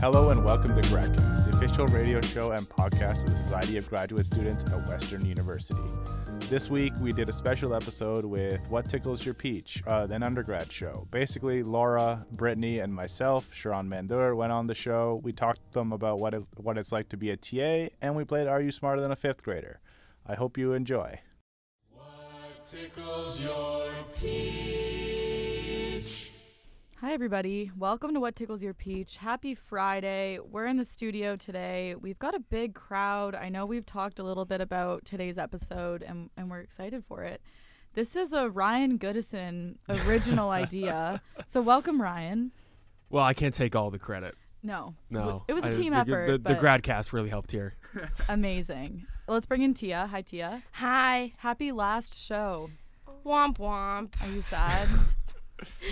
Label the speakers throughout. Speaker 1: Hello and welcome to GradCast, the official radio show and podcast of the Society of Graduate Students at Western University. This week we did a special episode with What Tickles Your Peach, uh, an undergrad show. Basically, Laura, Brittany, and myself, Sharon Mandur, went on the show. We talked to them about what, it, what it's like to be a TA, and we played Are You Smarter Than a Fifth Grader? I hope you enjoy.
Speaker 2: What tickles your peach?
Speaker 3: Hi, everybody. Welcome to What Tickles Your Peach. Happy Friday. We're in the studio today. We've got a big crowd. I know we've talked a little bit about today's episode, and, and we're excited for it. This is a Ryan Goodison original idea. So, welcome, Ryan.
Speaker 4: Well, I can't take all the credit.
Speaker 3: No.
Speaker 4: No,
Speaker 3: It was
Speaker 4: a
Speaker 3: a team effort.
Speaker 4: The, the,
Speaker 3: but
Speaker 4: Gradcast really helped here.
Speaker 3: Amazing. Let's bring in Tia. Hi, Tia.
Speaker 5: Hi.
Speaker 3: Happy last show.
Speaker 5: Womp womp.
Speaker 3: Are you sad?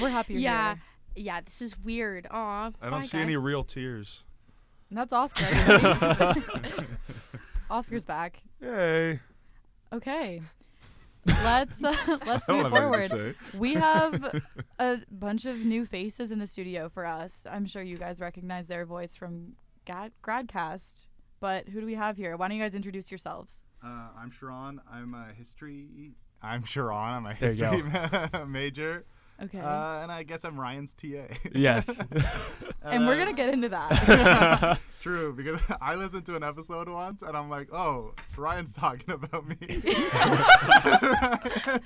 Speaker 3: we're happy you're
Speaker 5: yeah.
Speaker 3: here.
Speaker 5: Yeah, this is weird. Aw.
Speaker 6: I
Speaker 5: bye,
Speaker 6: don't see
Speaker 5: guys.
Speaker 6: any real tears.
Speaker 3: And that's Oscar. everybody. Oscar's back.
Speaker 6: Yay.
Speaker 3: Okay. Let's uh, let's move forward. We have a bunch of new faces in the studio for us. I'm sure you guys recognize their voice from Gad- Gradcast. But who do we have here? Why don't you guys introduce yourselves?
Speaker 1: Uh, I'm Sharon. I'm a history. I'm Sharon. I'm a
Speaker 4: There you
Speaker 1: history major.
Speaker 3: Okay.
Speaker 1: Uh, and I guess I'm Ryan's TA.
Speaker 4: Yes.
Speaker 3: and we're gonna
Speaker 1: Uh,
Speaker 3: get into that.
Speaker 1: True, because I listened to an episode once and I'm like, oh, Ryan's talking about me.
Speaker 3: I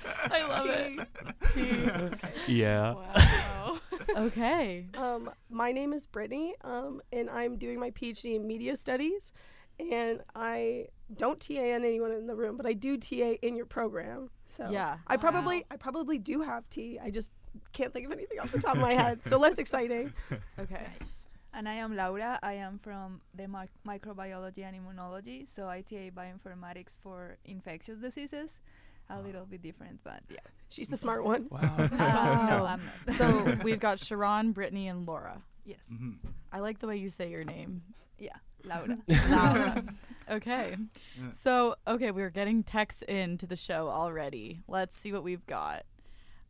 Speaker 3: love it.
Speaker 4: yeah.
Speaker 5: Wow.
Speaker 3: Okay.
Speaker 7: Um, my name is Brittany, um, and I'm doing my PhD in media studies. And I don't TA on anyone in the room, but I do TA in your program. So
Speaker 3: Yeah.
Speaker 7: I probably I probably do have tea. I just can't think of anything off the top of my head. So less exciting.
Speaker 3: Okay.
Speaker 8: And I am Laura. I am from the mic- microbiology and immunology, so I TA bioinformatics for infectious diseases. A little bit different, but yeah.
Speaker 7: She's the smart one.
Speaker 4: Wow.
Speaker 7: Ah.
Speaker 8: Uh,
Speaker 3: Wow.
Speaker 8: no, I'm not.
Speaker 3: So we've got Sharon, Brittany, and Laura.
Speaker 8: yes,
Speaker 3: I like the way you say your name.
Speaker 8: yeah, Laura.
Speaker 3: Laura. okay. So, okay, we're getting texts in to the show already. Let's see what we've got.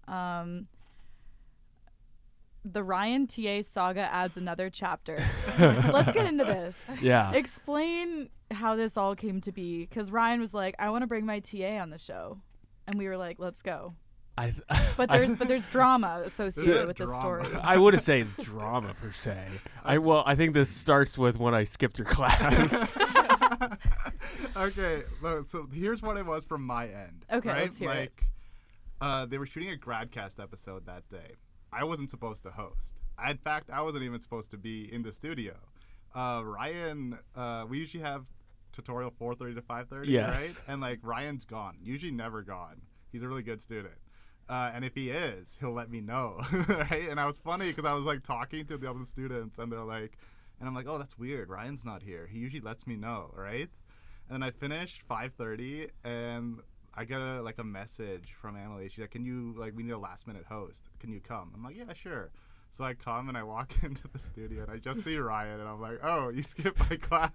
Speaker 3: Um, the Ryan TA saga adds another chapter. Let's get into this.
Speaker 4: Yeah.
Speaker 3: Explain how this all came to be because Ryan was like, I want to bring my TA on the show. And we were like, let's go.
Speaker 4: I,
Speaker 3: But there's but there's drama associated with this story.
Speaker 4: I wouldn't say it's drama per se. I well, I think this starts with when I skipped your class.
Speaker 1: okay, look, so here's what it was from my end.
Speaker 3: Okay,
Speaker 1: right?
Speaker 3: let's hear it.
Speaker 1: like, Uh, they were shooting a Gradcast episode that day. I wasn't supposed to host. I, in fact, I wasn't even supposed to be in the studio. Uh, Ryan, uh, we usually have tutorial 4:30 to 5:30,
Speaker 4: Yes.
Speaker 1: right? And like Ryan's gone, usually never gone. He's a really good student. Uh, and if he is, he'll let me know, right? And I was funny because I was like talking to the other students, and they're like, and I'm like, oh, that's weird. Ryan's not here. He usually lets me know, right? And I finished 5:30, and I got a like a message from Emily. She's like, "Can you like we need a last minute host? Can you come?" I'm like, "Yeah, sure." So I come and I walk into the studio and I just see Ryan and I'm like, "Oh, you skipped my class."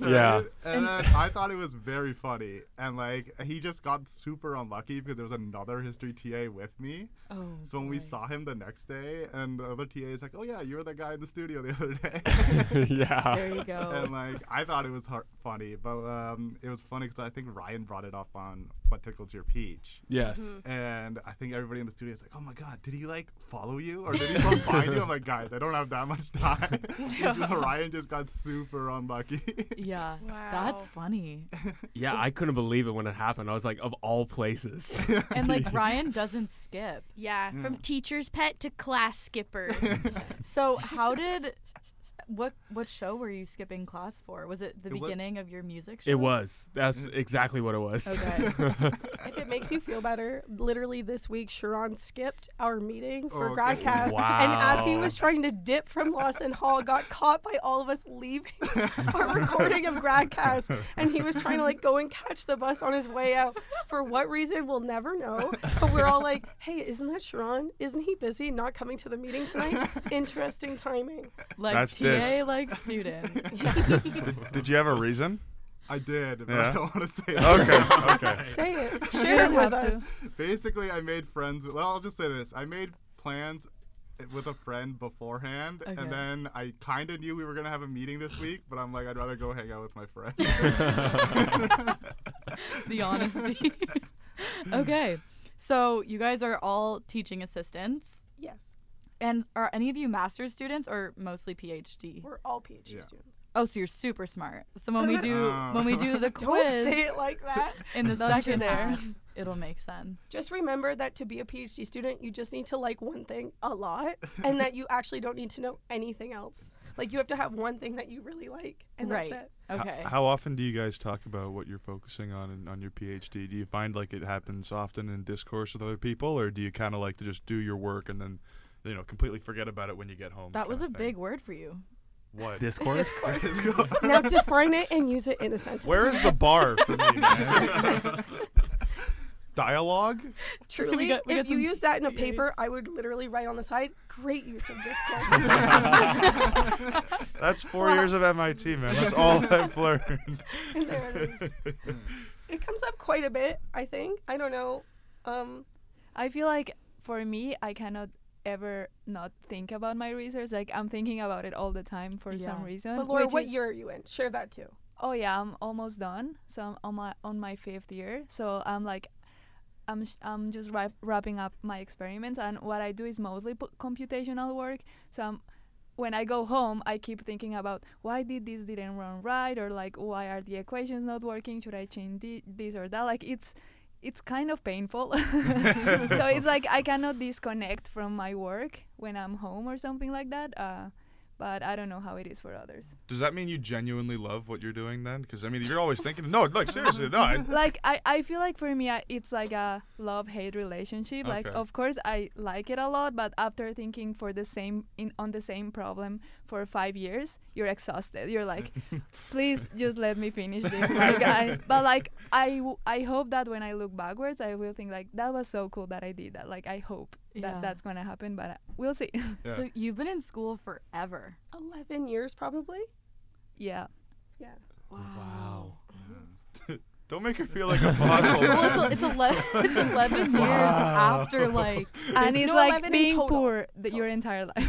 Speaker 4: Yeah.
Speaker 1: Right? And then I thought it was very funny and like he just got super unlucky because there was another history TA with me.
Speaker 3: Oh,
Speaker 1: So when we
Speaker 3: boy.
Speaker 1: saw him the next day and the other TA is like, "Oh yeah, you were the guy in the studio the other day."
Speaker 3: There
Speaker 4: yeah.
Speaker 3: you go.
Speaker 1: and like I thought it was har funny, but um, it was funny because I think Ryan brought it up on what tickles your peach,
Speaker 4: Yes.
Speaker 3: Mm-hmm.
Speaker 1: and I think everybody in the studio is like, "Oh my god, did he like follow you or did he come find you?" I'm like, "Guys, I don't have that much time." Just- Ryan just got super unlucky.
Speaker 3: yeah.
Speaker 5: Wow.
Speaker 3: That's funny.
Speaker 4: Yeah, I couldn't believe it when it happened. I was like, of all places.
Speaker 3: And like Ryan doesn't skip.
Speaker 5: Yeah,
Speaker 6: Hmm.
Speaker 5: from teacher's pet to class skipper.
Speaker 3: So how did what what show were you skipping class for? Was it the
Speaker 1: It wa-
Speaker 3: beginning of your music show?
Speaker 4: it was. That's exactly what it was.
Speaker 3: Mm. Okay.
Speaker 7: If it makes you feel better, literally this week Sharon skipped our meeting for
Speaker 1: Okay.
Speaker 7: Gradcast. And as he
Speaker 4: Wow.
Speaker 7: was trying to dip from Lawson Hall, got caught by all of us leaving our recording of Gradcast. And he was trying to like go and catch the bus on his way out. For what reason, we'll never know. But we're all like, hey, isn't that Sharon? Isn't he busy not coming to the meeting tonight? Interesting timing.
Speaker 3: Like
Speaker 6: That's
Speaker 3: TA
Speaker 6: this.
Speaker 3: like student.
Speaker 6: did, did you have a reason?
Speaker 1: I did, but I
Speaker 6: Yeah.
Speaker 1: don't want to say. that.
Speaker 6: Okay. Okay.
Speaker 7: Say it. Share it
Speaker 3: don't
Speaker 7: with
Speaker 3: have to.
Speaker 7: us.
Speaker 1: Basically, I made friends. With, well, I'll just say this: I made plans with a friend beforehand,
Speaker 3: Okay.
Speaker 1: and then I kind of knew we were gonna have a meeting this week, but I'm like, I'd rather go hang out with my friend.
Speaker 3: the honesty. okay. So you guys are all teaching assistants.
Speaker 7: Yes,
Speaker 3: And are any of you master's students or mostly PhD?
Speaker 7: we're all PhD
Speaker 1: Yeah.
Speaker 7: students.
Speaker 3: Oh, so you're super smart. So when we do
Speaker 1: Oh.
Speaker 3: when we do the
Speaker 7: Don't say
Speaker 3: quiz
Speaker 7: it like that.
Speaker 3: in the
Speaker 8: Don't you
Speaker 3: second
Speaker 8: dare.
Speaker 3: half, it'll make sense.
Speaker 7: Just remember that to be a PhD student, you just need to like one thing a lot, and that you actually don't need to know anything else. Like you have to have one thing that you really like, and
Speaker 3: right.
Speaker 7: that's it.
Speaker 3: Okay.
Speaker 6: H- how often do you guys talk about what you're focusing on in, on your PhD? Do you find like it happens often in discourse with other people, or do you kind of like to just do your work and then, you know, completely forget about it when you get home?
Speaker 3: that was a
Speaker 6: kinda
Speaker 3: big
Speaker 6: thing?
Speaker 3: word for you.
Speaker 6: what.
Speaker 4: Discourse.
Speaker 7: Now define it and use it in a sentence.
Speaker 6: Where is the bar for me, man? Dialogue?
Speaker 7: Truly,
Speaker 3: We got- we
Speaker 7: if
Speaker 3: got
Speaker 7: you
Speaker 3: some
Speaker 7: use that in a paper,
Speaker 3: TTAs.
Speaker 7: I would literally write on the side, "Great use of discourse."
Speaker 6: That's four years of MIT, man. That's all I've learned.
Speaker 7: and there it is. It comes up quite a bit, I think. I don't know. Um,
Speaker 8: I feel like for me, I cannot ever not think about my research. Like I'm thinking about it all the time for some
Speaker 3: Yeah.
Speaker 8: reason.
Speaker 7: but Laura,
Speaker 8: which
Speaker 7: what
Speaker 8: is-
Speaker 7: year are you in? Share that too.
Speaker 8: Oh yeah, I'm almost done. So I'm on my on my fifth year. So I'm like, I'm sh- I'm just wrap, wrapping up my experiments, and what I do is mostly p- computational work. So I'm when I go home, I keep thinking about why did this didn't run right, or like why are the equations not working? Should I change thi- this or that? Like it's it's kind of painful. so it's like I cannot disconnect from my work when I'm home or something like that. Uh, but I don't know how it is for others.
Speaker 6: Does that mean you genuinely love what you're doing then? Because I mean, you're always thinking. No, like seriously, no. I,
Speaker 8: like I, I feel like for me I, it's like a love hate relationship like
Speaker 6: Okay.
Speaker 8: of course i like it a lot but after thinking for the same in on the same problem for five years you're exhausted you're like please just let me finish this like, I, but like I, w- I hope that when i look backwards i will think like that was so cool that i did that like i hope
Speaker 3: Yeah.
Speaker 8: that that's gonna happen but uh, we'll see
Speaker 6: Yeah.
Speaker 3: So you've been in school forever.
Speaker 7: Eleven years, probably.
Speaker 8: yeah
Speaker 7: Yeah.
Speaker 4: Wow.
Speaker 6: don't make her feel like a fossil. man.
Speaker 3: well, it's, a, it's, 11, it's 11 years after, like,
Speaker 8: and it's
Speaker 7: No,
Speaker 8: like
Speaker 7: 11 in
Speaker 8: being
Speaker 7: total.
Speaker 8: poor th- your entire life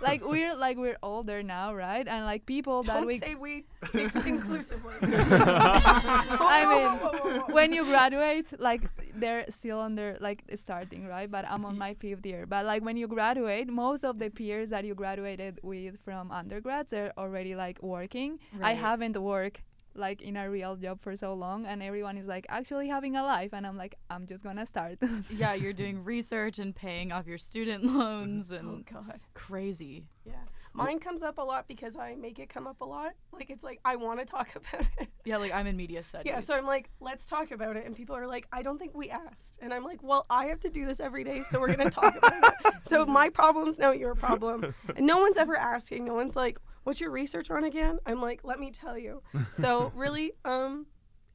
Speaker 8: like we're like we're older now right and like people that
Speaker 7: Don't
Speaker 8: we
Speaker 7: say we ex- inclusively.
Speaker 8: I
Speaker 7: Whoa, whoa, whoa, whoa.
Speaker 8: mean, when you graduate, like they're still under like starting, right? But I'm on my fifth year. But like when you graduate, most of the peers that you graduated with from undergrads are already like working. I
Speaker 3: Right.
Speaker 8: haven't worked like in a real job for so long, and everyone is like actually having a life, and I'm like, I'm just gonna start.
Speaker 3: yeah, you're doing research and paying off your student loans
Speaker 7: Oh
Speaker 3: and
Speaker 7: God.
Speaker 3: crazy.
Speaker 7: Yeah. Mine comes up a lot because I make it come up a lot. Like it's like I want to talk about it.
Speaker 3: Yeah, like I'm in media studies.
Speaker 7: Yeah, so I'm like, let's talk about it. And people are like, I don't think we asked. And I'm like, well, I have to do this every day, so we're going to talk about it. So my problem's now your problem. And no one's ever asking. No one's like, what's your research on again? I'm like, let me tell you. So really, um,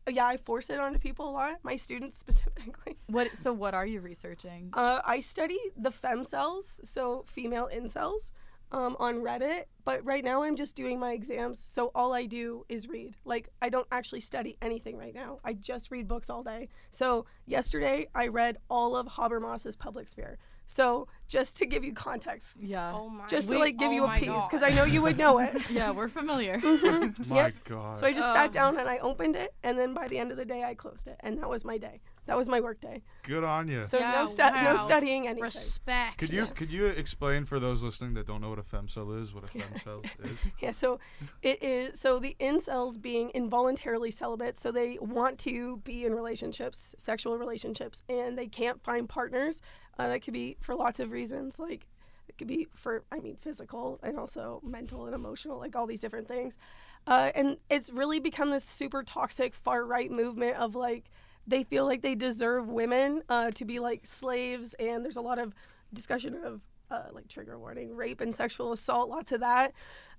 Speaker 7: yeah, I force it onto people a lot, my students specifically.
Speaker 3: what? So what are you researching?
Speaker 7: Uh, I study the fem cells, so female incels, um, on Reddit. But right now, I'm just doing my exams, so all I do is read. Like I don't actually study anything right now. I just read books all day. So yesterday, I read all of Habermas's Public Sphere. So just to give you context,
Speaker 3: Yeah.
Speaker 5: Oh my.
Speaker 7: just to
Speaker 5: we-
Speaker 7: like give
Speaker 5: oh
Speaker 7: you a
Speaker 5: my
Speaker 7: piece, because
Speaker 5: God.
Speaker 7: I know you would know it.
Speaker 3: Yeah, we're familiar.
Speaker 6: my
Speaker 7: Yep.
Speaker 6: God.
Speaker 7: So I just sat
Speaker 5: Oh.
Speaker 7: down and I opened it, and then by the end of the day, I closed it, and that was my day. That was my work day.
Speaker 6: Good on you.
Speaker 7: So
Speaker 5: Yeah,
Speaker 7: no, stu-
Speaker 5: wow.
Speaker 7: no studying anything.
Speaker 5: Respect.
Speaker 6: could you could you explain for those listening that don't know what a femcel is what a femcel is?
Speaker 7: Yeah, so it is so the incels being involuntarily celibate, so they want to be in relationships, sexual relationships, and they can't find partners. Uh, that could be for lots of reasons, like it could be for I mean physical and also mental and emotional, like all these different things. Uh, and it's really become this super toxic far right movement of like they feel like they deserve women uh, to be like slaves, and there's a lot of discussion of uh, like trigger warning, rape and sexual assault, lots of that.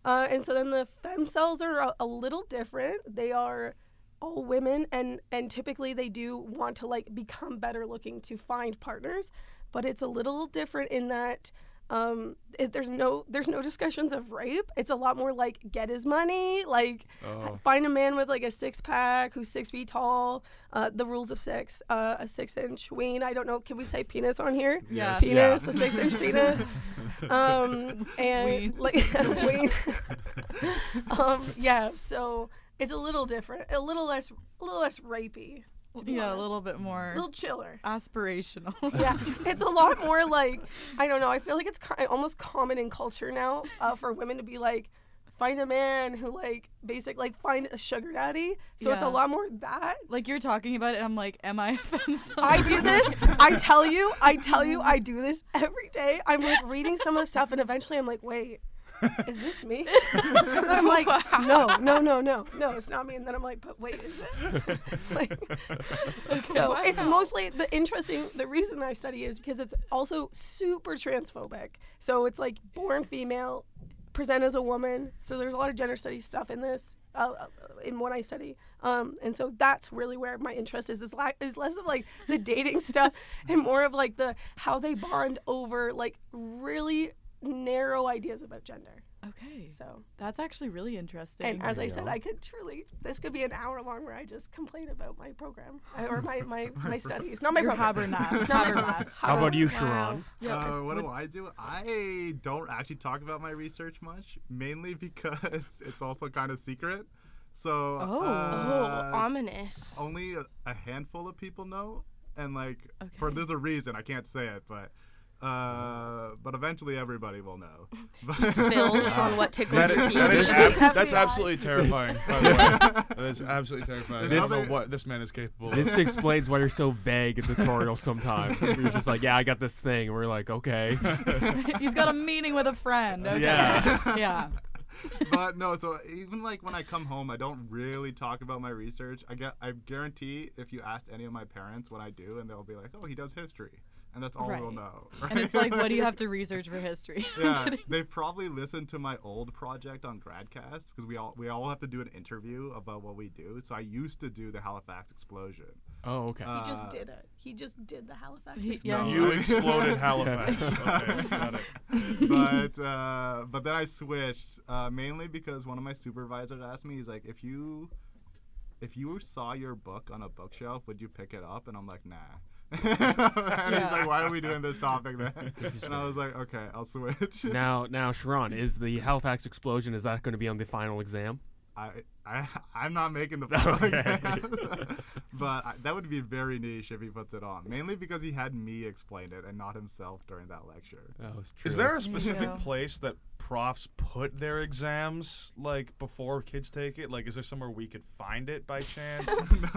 Speaker 7: Uh, and so then the fem cells are a, a little different. They are all women, and and typically they do want to like become better looking to find partners, but it's a little different in that. Um, it, there's no there's no discussions of rape. It's a lot more like get his money, like
Speaker 6: Oh.
Speaker 7: find a man with like a six pack who's six feet tall. Uh, the rules of sex, uh, a six inch ween. I don't know. Can we say penis on here?
Speaker 3: Yeah.
Speaker 4: Yes.
Speaker 7: Penis, a six inch penis. Um, and
Speaker 3: Ween.
Speaker 7: like ween. um, yeah. So it's a little different, a little less, a little less rapey, to be
Speaker 3: yeah,
Speaker 7: honest.
Speaker 3: a little bit more
Speaker 7: a little chiller.
Speaker 3: aspirational.
Speaker 7: yeah, it's a lot more like I don't know. I feel like it's ki- almost common in culture now uh, for women to be like, find a man who like basic like find a sugar daddy. So it's a
Speaker 3: Yeah.
Speaker 7: lot more that.
Speaker 3: like you're talking about it, and I'm like, am I offensive?
Speaker 7: I do this. I tell you. I tell you. I do this every day. I'm like reading some of the stuff, and eventually I'm like, wait. Is this me? and I'm like, no, no, no, no, no, it's not me. And then I'm like, but wait, is it? like, so it's mostly the interesting. The reason I study is because it's also super transphobic. So it's like born female, present as a woman. So there's a lot of gender studies stuff in this, uh, uh, in what I study. Um, and so that's really where my interest is. Is, li- is less of like the dating stuff and more of like the how they bond over like really narrow ideas about gender.
Speaker 3: okay,
Speaker 7: So
Speaker 3: that's actually really interesting.
Speaker 7: and as I said,
Speaker 4: go.
Speaker 7: I could truly this could be an hour long where I just complain about my program uh, or my my, my studies, not my
Speaker 3: your
Speaker 7: program.
Speaker 3: Habermas.
Speaker 7: Not my
Speaker 3: Habermas.
Speaker 4: How about you, Sharon?
Speaker 5: Wow.
Speaker 3: Yeah.
Speaker 1: Uh, what do I do? I don't actually talk about my research much, mainly because it's also kind of secret. So
Speaker 3: Oh.
Speaker 1: uh,
Speaker 5: oh, ominous.
Speaker 1: only a, a handful of people know, and like for
Speaker 3: Okay.
Speaker 1: there's a reason I can't say it, but uh, but eventually everybody will know.
Speaker 5: Spills on what tickles
Speaker 6: That
Speaker 5: your
Speaker 6: is,
Speaker 5: peach.
Speaker 6: that is
Speaker 7: This-
Speaker 6: ab- that's
Speaker 7: FBI.
Speaker 6: absolutely terrifying. by the way. That is absolutely terrifying. I
Speaker 1: This-
Speaker 6: don't know what this man is capable of.
Speaker 4: This explains why you're so vague in tutorials sometimes. You're just like, yeah, I got this thing. And we're like, okay.
Speaker 3: He's got a meeting with a friend. Okay.
Speaker 4: Yeah.
Speaker 3: yeah.
Speaker 1: but no, so even like when I come home, I don't really talk about my research. I get, I guarantee if you asked any of my parents what I do, and they'll be like, "Oh, he does history," and that's all they'll
Speaker 3: Right.
Speaker 1: know.
Speaker 3: And it's like, what do you have to research for history?
Speaker 1: yeah, they probably listened to my old project on Gradcast because we all we all have to do an interview about what we do. So I used to do the Halifax explosion.
Speaker 4: Oh, okay.
Speaker 7: He just
Speaker 1: Uh,
Speaker 7: did it. He just did the Halifax.
Speaker 3: He-
Speaker 7: experience.
Speaker 3: yeah.
Speaker 6: You exploded Halifax. Okay, got it.
Speaker 1: but uh, but then I switched uh, mainly because one of my supervisors asked me, he's like, if you if you saw your book on a bookshelf, would you pick it up? And I'm like, nah. and he's like, why are we doing this topic then? And I was like, okay, I'll switch.
Speaker 4: Now, now, Sharon, is the Halifax explosion is that going to be on the final exam?
Speaker 1: I, I I'm not making the final
Speaker 4: Okay.
Speaker 1: exams. but I, that would be very niche if he puts it on, mainly because he had me explain it and not himself during that lecture.
Speaker 4: Oh, it's true.
Speaker 6: Is there a specific
Speaker 3: Yeah.
Speaker 6: place that profs put their exams like before kids take it? Like, is there somewhere we could find it by chance,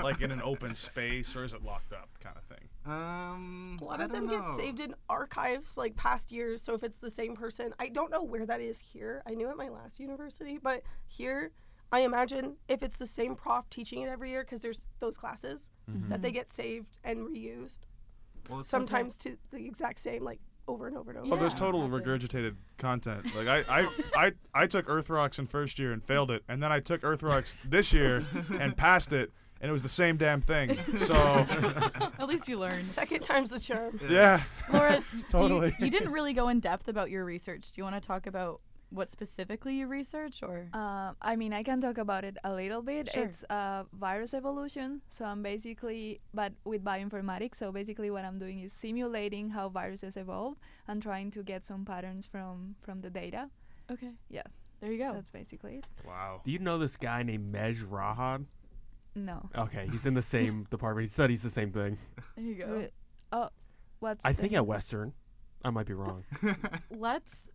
Speaker 6: like in an open space, or is it locked up kind of thing?
Speaker 1: Um,
Speaker 7: A lot
Speaker 1: I
Speaker 7: of them
Speaker 1: don't
Speaker 7: get
Speaker 1: know.
Speaker 7: saved in archives like past years. So if it's the same person, I don't know where that is here. I knew at my last university, but here, I imagine if it's the same prof teaching it every year, because there's those classes that they get saved and reused,
Speaker 1: Well, it's something-
Speaker 7: sometimes to the exact same, like over and over and over.
Speaker 6: Oh, there's
Speaker 3: Yeah,
Speaker 6: total
Speaker 3: happens.
Speaker 6: regurgitated content. Like I, I, I, I took Earth Rocks in first year and failed it, and then I took Earth Rocks this year and passed it, and it was the same damn thing. So
Speaker 3: At least you learned.
Speaker 7: Second time's the charm.
Speaker 6: yeah,
Speaker 3: Laura, do you-
Speaker 6: Totally.
Speaker 3: you, didn't really go in depth about your research. Do you want to talk about what specifically you research or?
Speaker 8: Um, I mean, I can talk about it a little bit.
Speaker 3: Sure.
Speaker 8: It's uh, virus evolution. So I'm basically, but with bioinformatics. So basically, what I'm doing is simulating how viruses evolve and trying to get some patterns from from the data.
Speaker 3: Uh, Okay.
Speaker 8: Yeah.
Speaker 3: There you go.
Speaker 8: That's basically it.
Speaker 6: wow.
Speaker 4: Do you know this guy named Mej Rahan?
Speaker 8: No.
Speaker 4: Okay, he's in the same department. He studies the same thing.
Speaker 3: There you go.
Speaker 8: Re- Oh, what's?
Speaker 4: I
Speaker 8: the-
Speaker 4: think at Western. I might be wrong.
Speaker 3: Let's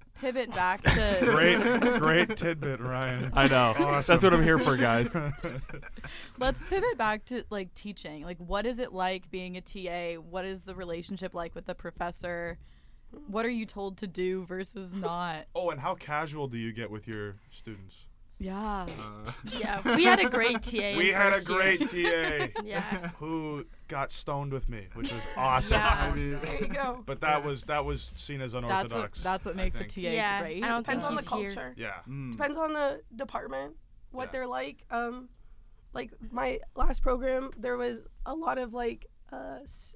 Speaker 3: pivot back to
Speaker 6: Great, great tidbit, Ryan.
Speaker 4: I know. That's what I'm here for, guys.
Speaker 3: Let's pivot back to like teaching. Like, what is it like being a TA? What is the relationship like with the professor? What are you told to do versus not?
Speaker 6: Oh, and how casual do you get with your students?
Speaker 3: Yeah.
Speaker 1: Uh,
Speaker 5: yeah, we had a great TA. in
Speaker 6: We had a
Speaker 5: first year.
Speaker 6: great TA
Speaker 5: Yeah.
Speaker 6: who got stoned with me, which was awesome.
Speaker 5: Yeah.
Speaker 1: I mean,
Speaker 7: There you go.
Speaker 6: But that was that was seen as
Speaker 3: That's what,
Speaker 6: unorthodox.
Speaker 3: that's what makes
Speaker 6: I
Speaker 3: a
Speaker 6: think.
Speaker 3: TA
Speaker 5: Yeah,
Speaker 3: great.
Speaker 5: I don't
Speaker 7: Depends on the
Speaker 5: He's here.
Speaker 7: culture.
Speaker 6: Yeah.
Speaker 1: mm.
Speaker 7: depends on the department what
Speaker 6: Yeah.
Speaker 7: they're like um like my last program there was a lot of uh, like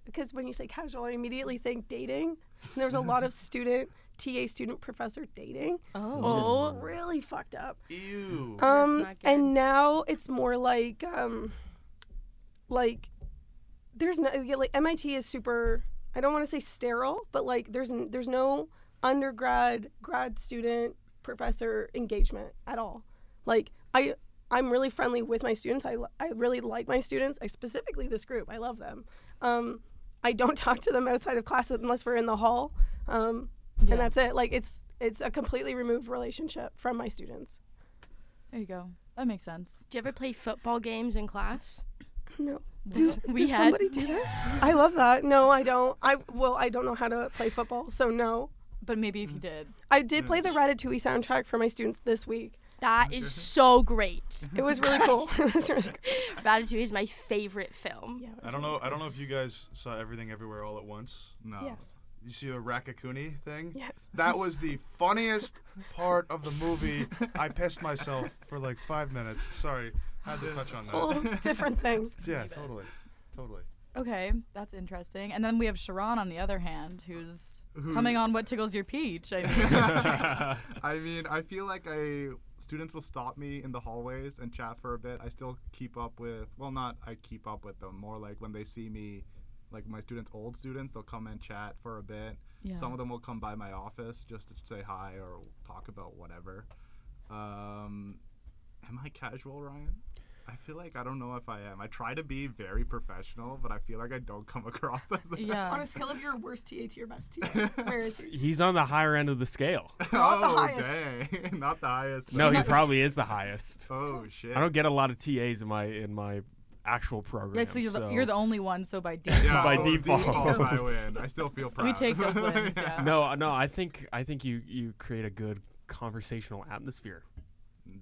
Speaker 7: because when you say casual i immediately think dating and there was a lot of student TA student professor dating,
Speaker 3: Oh.
Speaker 7: which
Speaker 5: Oh.
Speaker 7: is really fucked up.
Speaker 1: Ew.
Speaker 7: Um,
Speaker 5: not good.
Speaker 7: and now it's more like, um, like, there's no yeah, like MIT is super. I don't want to say sterile, but like there's n- there's no undergrad grad student professor engagement at all. Like I I'm really friendly with my students. I, li- I really like my students. I specifically this group. I love them. Um, I don't talk to them outside of class unless we're in the hall, um,
Speaker 3: Yeah.
Speaker 7: and that's it. Like it's it's a completely removed relationship from my students.
Speaker 3: There you go. That makes sense.
Speaker 5: Do you ever play football games in class?
Speaker 7: No.
Speaker 5: Do- we
Speaker 7: Does
Speaker 5: had-
Speaker 7: somebody do that? I love that. No, I don't. I well, I don't know how to play football, so no.
Speaker 3: But maybe
Speaker 7: Mm.
Speaker 3: if you did.
Speaker 7: I did play the Ratatouille soundtrack for my students this week.
Speaker 5: That is so great.
Speaker 7: It was really cool. it was really cool.
Speaker 5: Ratatouille is my favorite film.
Speaker 7: Yeah, it was
Speaker 6: I don't
Speaker 7: really
Speaker 6: know. I don't know if you guys saw everything everywhere all at once.
Speaker 1: No.
Speaker 7: cool. Yes.
Speaker 6: You see the Rakakuni thing?
Speaker 7: Yes.
Speaker 6: That was the funniest part of the movie. I pissed myself for like five minutes. Sorry, had to touch on
Speaker 7: Whole
Speaker 6: that.
Speaker 7: different things.
Speaker 6: Yeah, totally, totally.
Speaker 3: Okay, that's interesting. And then we have Sharon on the other hand, who's coming on What Tickles Your Peach. I mean,
Speaker 1: I mean, I feel like I students will stop me in the hallways and chat for a bit. I still keep up with well, not I keep up with them more like when they see me, like my students, old students, they'll come and chat for a bit.
Speaker 3: Yeah.
Speaker 1: Some of them will come by my office just to say hi or talk about whatever. Um, am I casual, Ryan? I feel like I don't know if I am. I try to be very professional, but I feel like I don't come across as that.
Speaker 7: On
Speaker 3: yeah.
Speaker 7: a scale of your worst TA to your best TA, where is your
Speaker 4: He's on the higher end of the scale.
Speaker 7: Not the
Speaker 1: oh,
Speaker 7: highest.
Speaker 1: dang. not the highest.
Speaker 4: No,
Speaker 1: though.
Speaker 4: he probably is the highest.
Speaker 1: Oh shit.
Speaker 4: I don't get a lot of TAs in my in my actual program.
Speaker 3: That's, you're,
Speaker 4: so-
Speaker 3: the, you're the only one, so by default.
Speaker 1: Yeah,
Speaker 4: By
Speaker 1: oh,
Speaker 4: default.
Speaker 1: I win. I still feel proud.
Speaker 3: We take those wins, yeah.
Speaker 4: no, no. I think I think you you create a good conversational atmosphere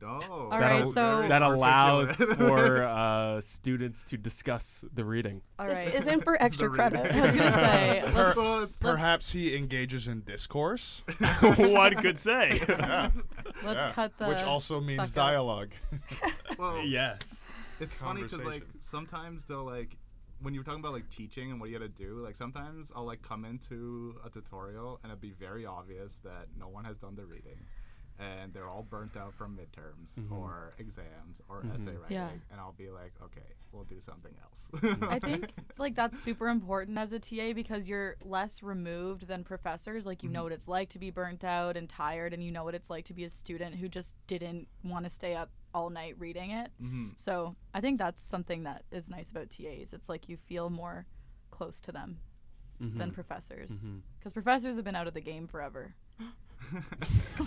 Speaker 1: no. All
Speaker 3: right,
Speaker 4: al-
Speaker 3: so-
Speaker 4: that allows
Speaker 1: Articulate.
Speaker 4: for uh, students to discuss the reading.
Speaker 3: All
Speaker 7: This
Speaker 3: right.
Speaker 7: isn't for extra
Speaker 1: The
Speaker 7: credit.
Speaker 1: reading.
Speaker 3: I was gonna say, let's,
Speaker 1: Well, it's-
Speaker 6: Perhaps he engages in discourse,
Speaker 4: One could say.
Speaker 3: let's cut the.
Speaker 6: which also means
Speaker 3: suck up.
Speaker 6: dialogue.
Speaker 1: well,
Speaker 4: yes.
Speaker 1: it's funny because like
Speaker 6: Conversation.
Speaker 1: sometimes they'll like when you're talking about like teaching and what you gotta do. Like sometimes I'll like come into a tutorial and it'd be very obvious that no one has done the reading. And they're all burnt out from midterms
Speaker 4: Mm-hmm.
Speaker 1: or exams or essay writing,
Speaker 3: Yeah.
Speaker 1: and I'll be like, "Okay, we'll do something else."
Speaker 3: I think like that's super important as a TA because you're less removed than professors. Like you know what it's like to be burnt out and tired, and you know what it's like to be a student who just didn't want to stay up all night reading it.
Speaker 1: Mhm.
Speaker 3: So I think that's something that is nice about TAs. It's like you feel more close to them
Speaker 4: Mm-hmm.
Speaker 3: than professors because professors have been out of the game forever.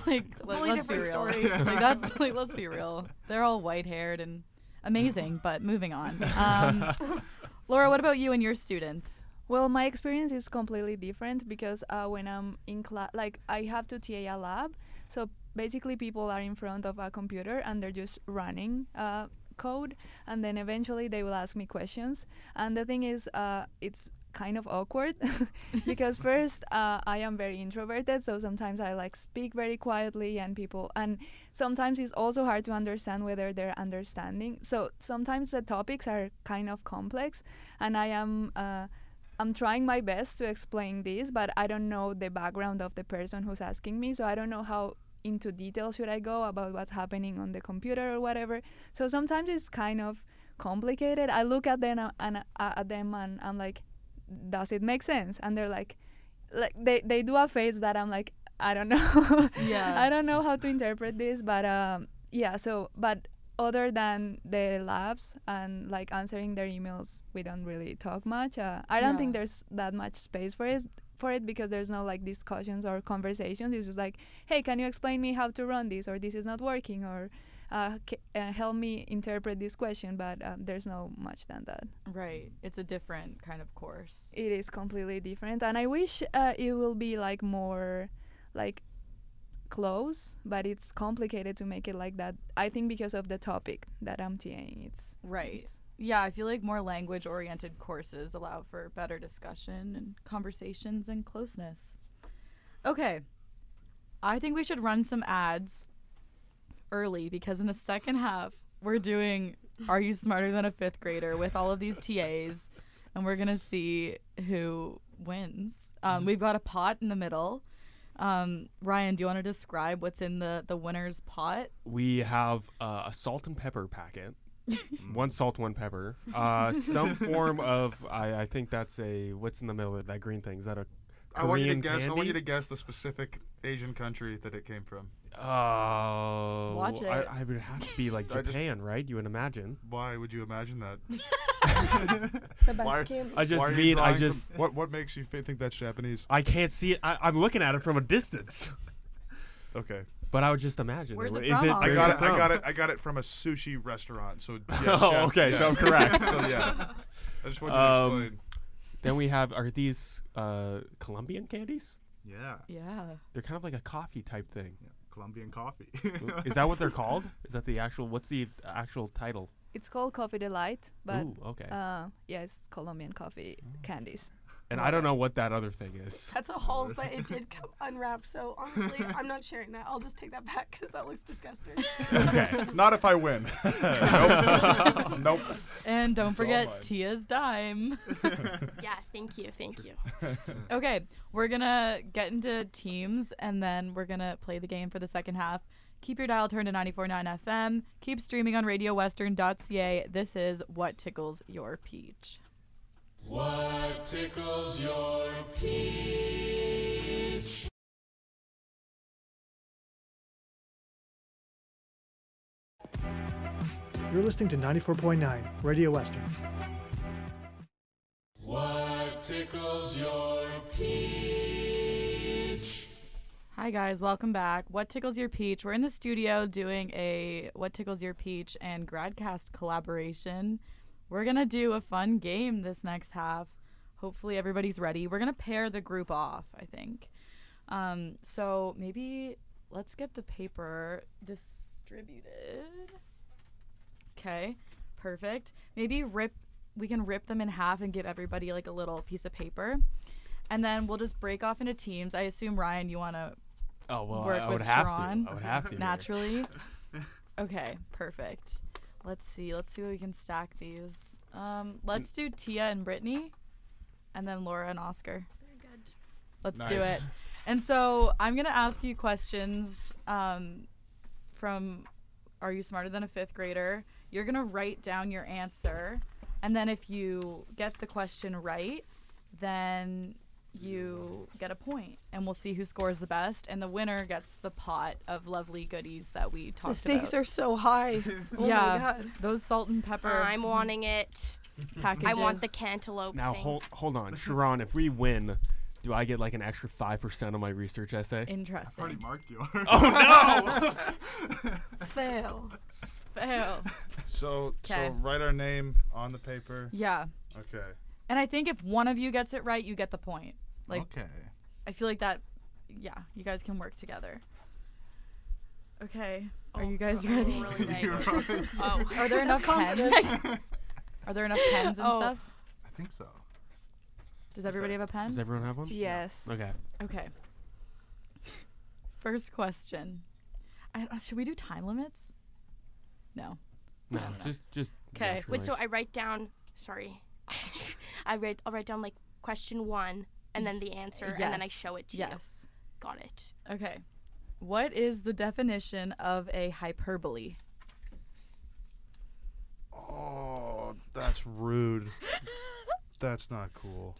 Speaker 3: like let,
Speaker 7: fully
Speaker 3: us be real.
Speaker 7: different story.
Speaker 3: like that's like let's be real. They're all white haired and amazing. But moving on. Um, Laura, what about you and your students?
Speaker 8: Well, my experience is completely different because uh, when I'm in class, like I have to TA a lab, so basically people are in front of a computer and they're just running uh, code, and then eventually they will ask me questions. And the thing is, uh, it's kind of awkward because first uh, I am very introverted, so sometimes I like speak very quietly, and people, and sometimes it's also hard to understand whether they're understanding. So sometimes the topics are kind of complex, and I am. Uh, I'm trying my best to explain this, but I don't know the background of the person who's asking me, so I don't know how into detail should I go about what's happening on the computer or whatever. So sometimes it's kind of complicated. I look at them and uh, at them and I'm like, does it make sense? And they're like, like they, they do a face that I'm like, I don't know.
Speaker 3: Yeah.
Speaker 8: I don't know how to interpret this, but um, yeah. So, but other than the labs and like answering their emails, we don't really talk much. Uh, I don't think
Speaker 3: Yeah.
Speaker 8: there's that much space for it for it because there's no like discussions or conversations. It's just like, hey, can you explain me how to run this, or this is not working, or uh, c- uh, help me interpret this question. But um, there's no much than that.
Speaker 3: Right. It's a different kind of course.
Speaker 8: It is completely different, and I wish uh, it will be like more, like close, but it's complicated to make it like that. I think because of the topic that I'm TAing, it's
Speaker 3: Right.
Speaker 8: it's-
Speaker 3: Yeah, I feel like more language oriented courses allow for better discussion and conversations and closeness. Okay. I think we should run some ads early because in the second half, we're doing Are You Smarter Than a Fifth Grader with all of these TAs,
Speaker 6: Mm-hmm.
Speaker 3: and we're going to see who wins. Um, we've got a pot in the middle. Um, Ryan, do you want to describe what's in the the winner's pot?
Speaker 4: we have uh, a salt and pepper packet. one salt, one pepper. Uh, some form of I, I think that's a what's in the middle of that green thing. Is that a Korean
Speaker 6: I want you to guess.
Speaker 4: Candy?
Speaker 6: I want you to guess the specific Asian country that it came from.
Speaker 4: Oh,
Speaker 3: Watch
Speaker 4: I,
Speaker 3: it.
Speaker 4: I would have to be like
Speaker 6: I just-
Speaker 4: Japan, right? You would imagine.
Speaker 6: Why would you imagine that?
Speaker 7: The best
Speaker 6: Why-
Speaker 7: candy.
Speaker 4: I
Speaker 6: Why
Speaker 4: just
Speaker 6: are you
Speaker 4: mean, I
Speaker 6: drawing from-
Speaker 4: just
Speaker 6: what what makes you fi- think that's Japanese?
Speaker 4: I can't see it. I, I'm looking at it from a distance,
Speaker 6: Okay,
Speaker 4: but I would just imagine.
Speaker 3: Where's
Speaker 4: Is
Speaker 3: it from,
Speaker 6: I
Speaker 3: Where
Speaker 4: is
Speaker 6: got it.
Speaker 4: from?
Speaker 6: I got it. I got it from a sushi restaurant. So yes,
Speaker 4: oh,
Speaker 6: Jap-
Speaker 4: okay,
Speaker 6: yeah.
Speaker 4: so I'm correct.
Speaker 6: so yeah, I just wanted
Speaker 4: Um,
Speaker 6: to explain.
Speaker 4: then we have are these uh, Colombian candies?
Speaker 1: Yeah,
Speaker 3: Yeah.
Speaker 4: They're kind of like a coffee type thing.
Speaker 1: yeah. Colombian coffee.
Speaker 4: Is that what they're called? Is that the actual? What's the actual title?
Speaker 8: It's called Coffee Delight, but
Speaker 4: Ooh, okay.
Speaker 8: uh, yeah, it's Colombian coffee candies.
Speaker 4: and I don't know what that other thing is.
Speaker 7: That's a Halls, but it did come unwrapped. So honestly, I'm not sharing that. I'll just take that back because that looks disgusting.
Speaker 6: Okay, not if I win. nope. nope.
Speaker 3: And don't
Speaker 6: all
Speaker 3: forget
Speaker 6: mine.
Speaker 3: Tia's dime.
Speaker 5: Yeah, thank you, thank you.
Speaker 3: okay, we're gonna get into teams and then we're gonna play the game for the second half. Keep your dial turned to 94.9 FM. Keep streaming on radiowestern.ca. This is What Tickles Your Peach.
Speaker 2: What tickles your peach?
Speaker 9: You're listening to 94.9 Radio Western.
Speaker 2: What tickles your peach?
Speaker 3: Hi guys, welcome back. What tickles your peach? We're in the studio doing a What Tickles Your Peach and Gradcast collaboration. We're going to do a fun game this next half. Hopefully everybody's ready. We're going to pair the group off, I think. Um, so maybe let's get the paper distributed. Okay. Perfect. Maybe rip we can rip them in half and give everybody like a little piece of paper. And then we'll just break off into teams. I assume Ryan, you want to
Speaker 4: Oh well, I,
Speaker 3: work
Speaker 4: I
Speaker 3: with
Speaker 4: would have
Speaker 3: Sharon
Speaker 4: to. I would have to. here.
Speaker 3: naturally. Okay, perfect. Let's see. Let's see what we can stack these. Um, let's do Tia and Brittany, and then Laura and Oscar. Let's do
Speaker 6: Nice.
Speaker 3: it. And so I'm gonna ask you questions um, from Are You Smarter Than a Fifth Grader? You're gonna write down your answer, and then if you get the question right, then you get a point, and we'll see who scores the best, and the winner gets the pot of lovely goodies that we talked
Speaker 7: the stakes
Speaker 3: about.
Speaker 7: are so high. Oh
Speaker 3: yeah,
Speaker 7: my god.
Speaker 3: those salt and pepper
Speaker 5: Uh, I'm wanting it.
Speaker 3: packages.
Speaker 5: I want the cantaloupe
Speaker 4: Now
Speaker 5: thing.
Speaker 4: hold hold on, Sharon. If we win, do I get like an extra five percent of my research essay?
Speaker 1: I already
Speaker 3: Interesting.
Speaker 1: marked yours.
Speaker 4: Oh.
Speaker 7: Fail.
Speaker 3: Fail.
Speaker 6: So
Speaker 3: Okay.
Speaker 6: so write our name on the paper.
Speaker 3: Yeah.
Speaker 6: Okay.
Speaker 3: And I think if one of you gets it right, you get the point. Like
Speaker 1: okay.
Speaker 3: I feel like that yeah, you guys can work together. Okay. Are
Speaker 5: Oh,
Speaker 3: you guys
Speaker 5: I'm
Speaker 3: ready?
Speaker 5: Really
Speaker 1: You're
Speaker 5: right.
Speaker 1: right.
Speaker 5: Oh,
Speaker 3: Are there enough pens? Are there enough pens and
Speaker 5: Oh.
Speaker 3: stuff?
Speaker 1: I think so.
Speaker 3: Does everybody have a pen?
Speaker 4: Does everyone have one?
Speaker 8: Yes.
Speaker 4: Okay.
Speaker 3: okay. First question. I, don't- should we do time limits? No.
Speaker 4: No, just just.
Speaker 3: 'Kay.
Speaker 4: naturally.
Speaker 5: wait. So I write down. Sorry, I write. I'll write down like question one and then the answer, and then I
Speaker 3: Yes.
Speaker 5: show it to you.
Speaker 3: Yes.
Speaker 5: Got it.
Speaker 3: Okay. What is the definition of a hyperbole?
Speaker 6: Oh, that's rude. that's not cool.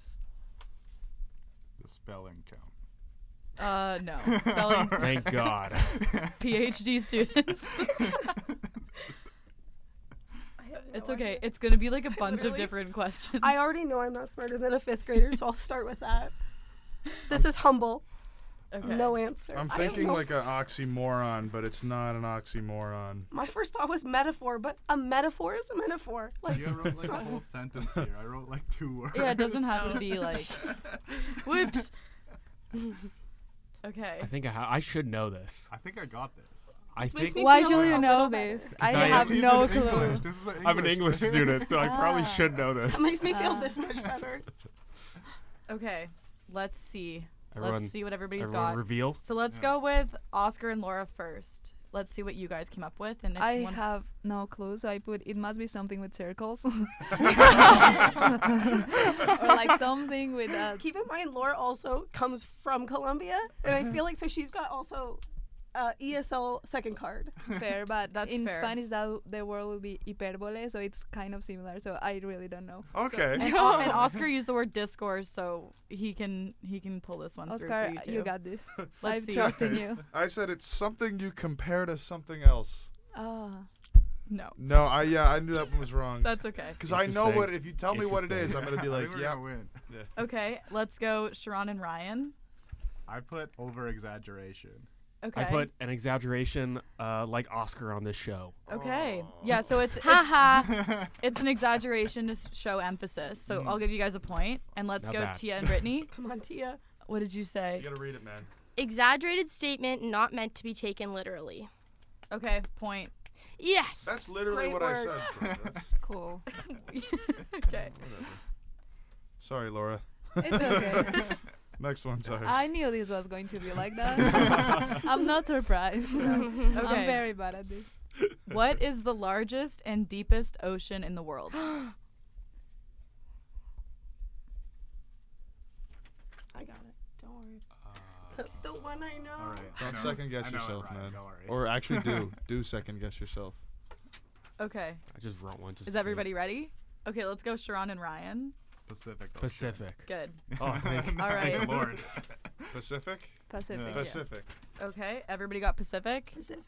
Speaker 1: The spelling count.
Speaker 3: Uh no. Spelling
Speaker 4: Thank God.
Speaker 3: PhD students.
Speaker 7: I have no
Speaker 3: It's
Speaker 7: idea.
Speaker 3: okay. It's gonna be like a bunch of
Speaker 7: literally-
Speaker 3: different questions.
Speaker 7: I already know I'm not smarter than a fifth grader, so I'll start with that. This is humble.
Speaker 3: okay.
Speaker 7: No answer.
Speaker 6: I'm
Speaker 7: I don't
Speaker 6: thinking
Speaker 7: know.
Speaker 6: like an oxymoron, but it's not an oxymoron.
Speaker 7: My first thought was metaphor, but a metaphor is a metaphor. Like
Speaker 1: You wrote like a whole sentence here. I wrote like two words.
Speaker 3: Yeah, it doesn't have to be like.
Speaker 5: Whoops.
Speaker 3: Okay.
Speaker 4: I think I, ha- I should know this.
Speaker 1: I think I got this.
Speaker 4: I
Speaker 7: makes
Speaker 4: think
Speaker 7: me
Speaker 8: Why
Speaker 7: feel
Speaker 8: should
Speaker 7: a
Speaker 8: you
Speaker 7: little
Speaker 8: know
Speaker 7: better.
Speaker 8: this? I
Speaker 4: I am
Speaker 8: have
Speaker 1: These
Speaker 8: no
Speaker 1: are
Speaker 8: clue.
Speaker 1: English. This is
Speaker 4: I'm an English student, so I probably
Speaker 8: Ah.
Speaker 4: should know this.
Speaker 7: That makes me feel this much
Speaker 8: Uh.
Speaker 7: better.
Speaker 3: Okay. Let's see.
Speaker 4: Everyone-
Speaker 3: let's see what everybody's
Speaker 4: Everyone
Speaker 3: got.
Speaker 4: reveal.
Speaker 3: so let's go with Oscar and Laura first. let's see what you guys came up with. And if
Speaker 8: I
Speaker 3: one-
Speaker 8: have no clue, so I put it must be something with circles, or like something with uh,
Speaker 7: Keep in mind, Laura also comes from Colombia, and
Speaker 8: Uh-huh.
Speaker 7: I feel like so she's got also uh, ESL second card.
Speaker 8: fair. But
Speaker 3: That's
Speaker 8: in
Speaker 3: fair.
Speaker 8: Spanish, that the word will be hyperbole, so it's kind of similar. So I really don't know.
Speaker 6: Okay.
Speaker 3: and, Al- and Oscar used the word discourse, so he can he can pull this one
Speaker 8: Oscar,
Speaker 3: through for you,
Speaker 8: you,
Speaker 3: too.
Speaker 8: got this.
Speaker 3: Let's
Speaker 8: I'm
Speaker 3: see.
Speaker 8: trusting you.
Speaker 6: I said it's something you compare to something else.
Speaker 8: Oh,
Speaker 3: no,
Speaker 6: No, I yeah, I knew that one was wrong.
Speaker 3: that's okay.
Speaker 6: Because I know
Speaker 4: Interesting.
Speaker 6: what if you tell me what it is, I'm gonna be
Speaker 1: I
Speaker 6: like,
Speaker 1: think we're
Speaker 6: yeah.
Speaker 1: gonna win.
Speaker 3: Okay, let's go, Sharon and Ryan.
Speaker 1: I put over exaggeration.
Speaker 3: Okay.
Speaker 4: I put an exaggeration uh, like Oscar on this show.
Speaker 3: Okay. Yeah. So it's it's, it's an exaggeration to s- show emphasis. So I'll give you guys a point, and let's
Speaker 4: Mm. Not
Speaker 3: go,
Speaker 4: bad.
Speaker 3: Tia and Brittany.
Speaker 7: Come on, Tia.
Speaker 3: what did you say?
Speaker 6: gotta read it, man.
Speaker 5: Exaggerated statement not meant to be taken literally.
Speaker 3: Okay. Point.
Speaker 5: Yes.
Speaker 6: That's literally
Speaker 7: Great
Speaker 6: what
Speaker 7: word.
Speaker 6: I said. That's-
Speaker 8: cool.
Speaker 3: okay.
Speaker 6: Sorry, Laura.
Speaker 8: It's okay.
Speaker 6: Next one, sorry.
Speaker 8: I knew this was going to be like that. I'm not surprised. I'm
Speaker 3: Okay.
Speaker 8: very bad at this.
Speaker 3: What is the largest and deepest ocean in the world?
Speaker 7: I got it. Don't worry. the one I know.
Speaker 1: Uh, All right. I
Speaker 6: Don't
Speaker 1: know-
Speaker 6: second
Speaker 1: I
Speaker 6: guess
Speaker 1: know it,
Speaker 6: yourself,
Speaker 1: Ryan,
Speaker 6: man.
Speaker 1: Don't worry.
Speaker 6: Or actually, do do second guess yourself.
Speaker 3: Okay.
Speaker 4: I just wrote one. Just
Speaker 3: Is
Speaker 4: in
Speaker 3: everybody
Speaker 4: case.
Speaker 3: ready? Okay, let's go, Sharon and Ryan.
Speaker 1: Pacific. Ocean.
Speaker 4: Pacific.
Speaker 3: Good.
Speaker 4: Oh, thank
Speaker 1: Thank
Speaker 3: All right.
Speaker 1: the Lord.
Speaker 6: Pacific.
Speaker 8: Pacific.
Speaker 1: Yeah.
Speaker 6: Pacific.
Speaker 3: Okay. Everybody got Pacific.
Speaker 7: Pacific.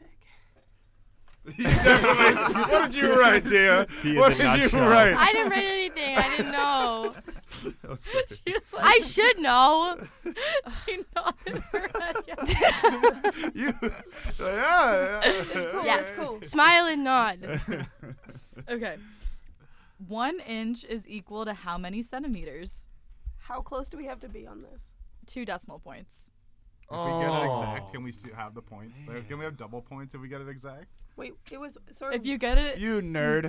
Speaker 6: what did you write, dear?
Speaker 4: Tia
Speaker 6: What
Speaker 4: did not
Speaker 6: did you
Speaker 4: show.
Speaker 6: write?
Speaker 5: I didn't write anything. I didn't know.
Speaker 6: Oh, sorry.
Speaker 7: It's like,
Speaker 5: I should know.
Speaker 7: she nodded her head. yes.
Speaker 6: you, yeah, yeah.
Speaker 7: It's cool.
Speaker 5: Yeah.
Speaker 7: It's cool.
Speaker 5: Smile and nod.
Speaker 3: Okay. One inch is equal to how many centimeters?
Speaker 7: How close do we have to be on this?
Speaker 3: Two decimal points.
Speaker 1: If we get it
Speaker 4: Oh.
Speaker 1: exact, can we still have the point? Like, Can we have double points if we get it exact?
Speaker 7: Wait, it was sort of.
Speaker 3: If you get it,
Speaker 6: You nerd.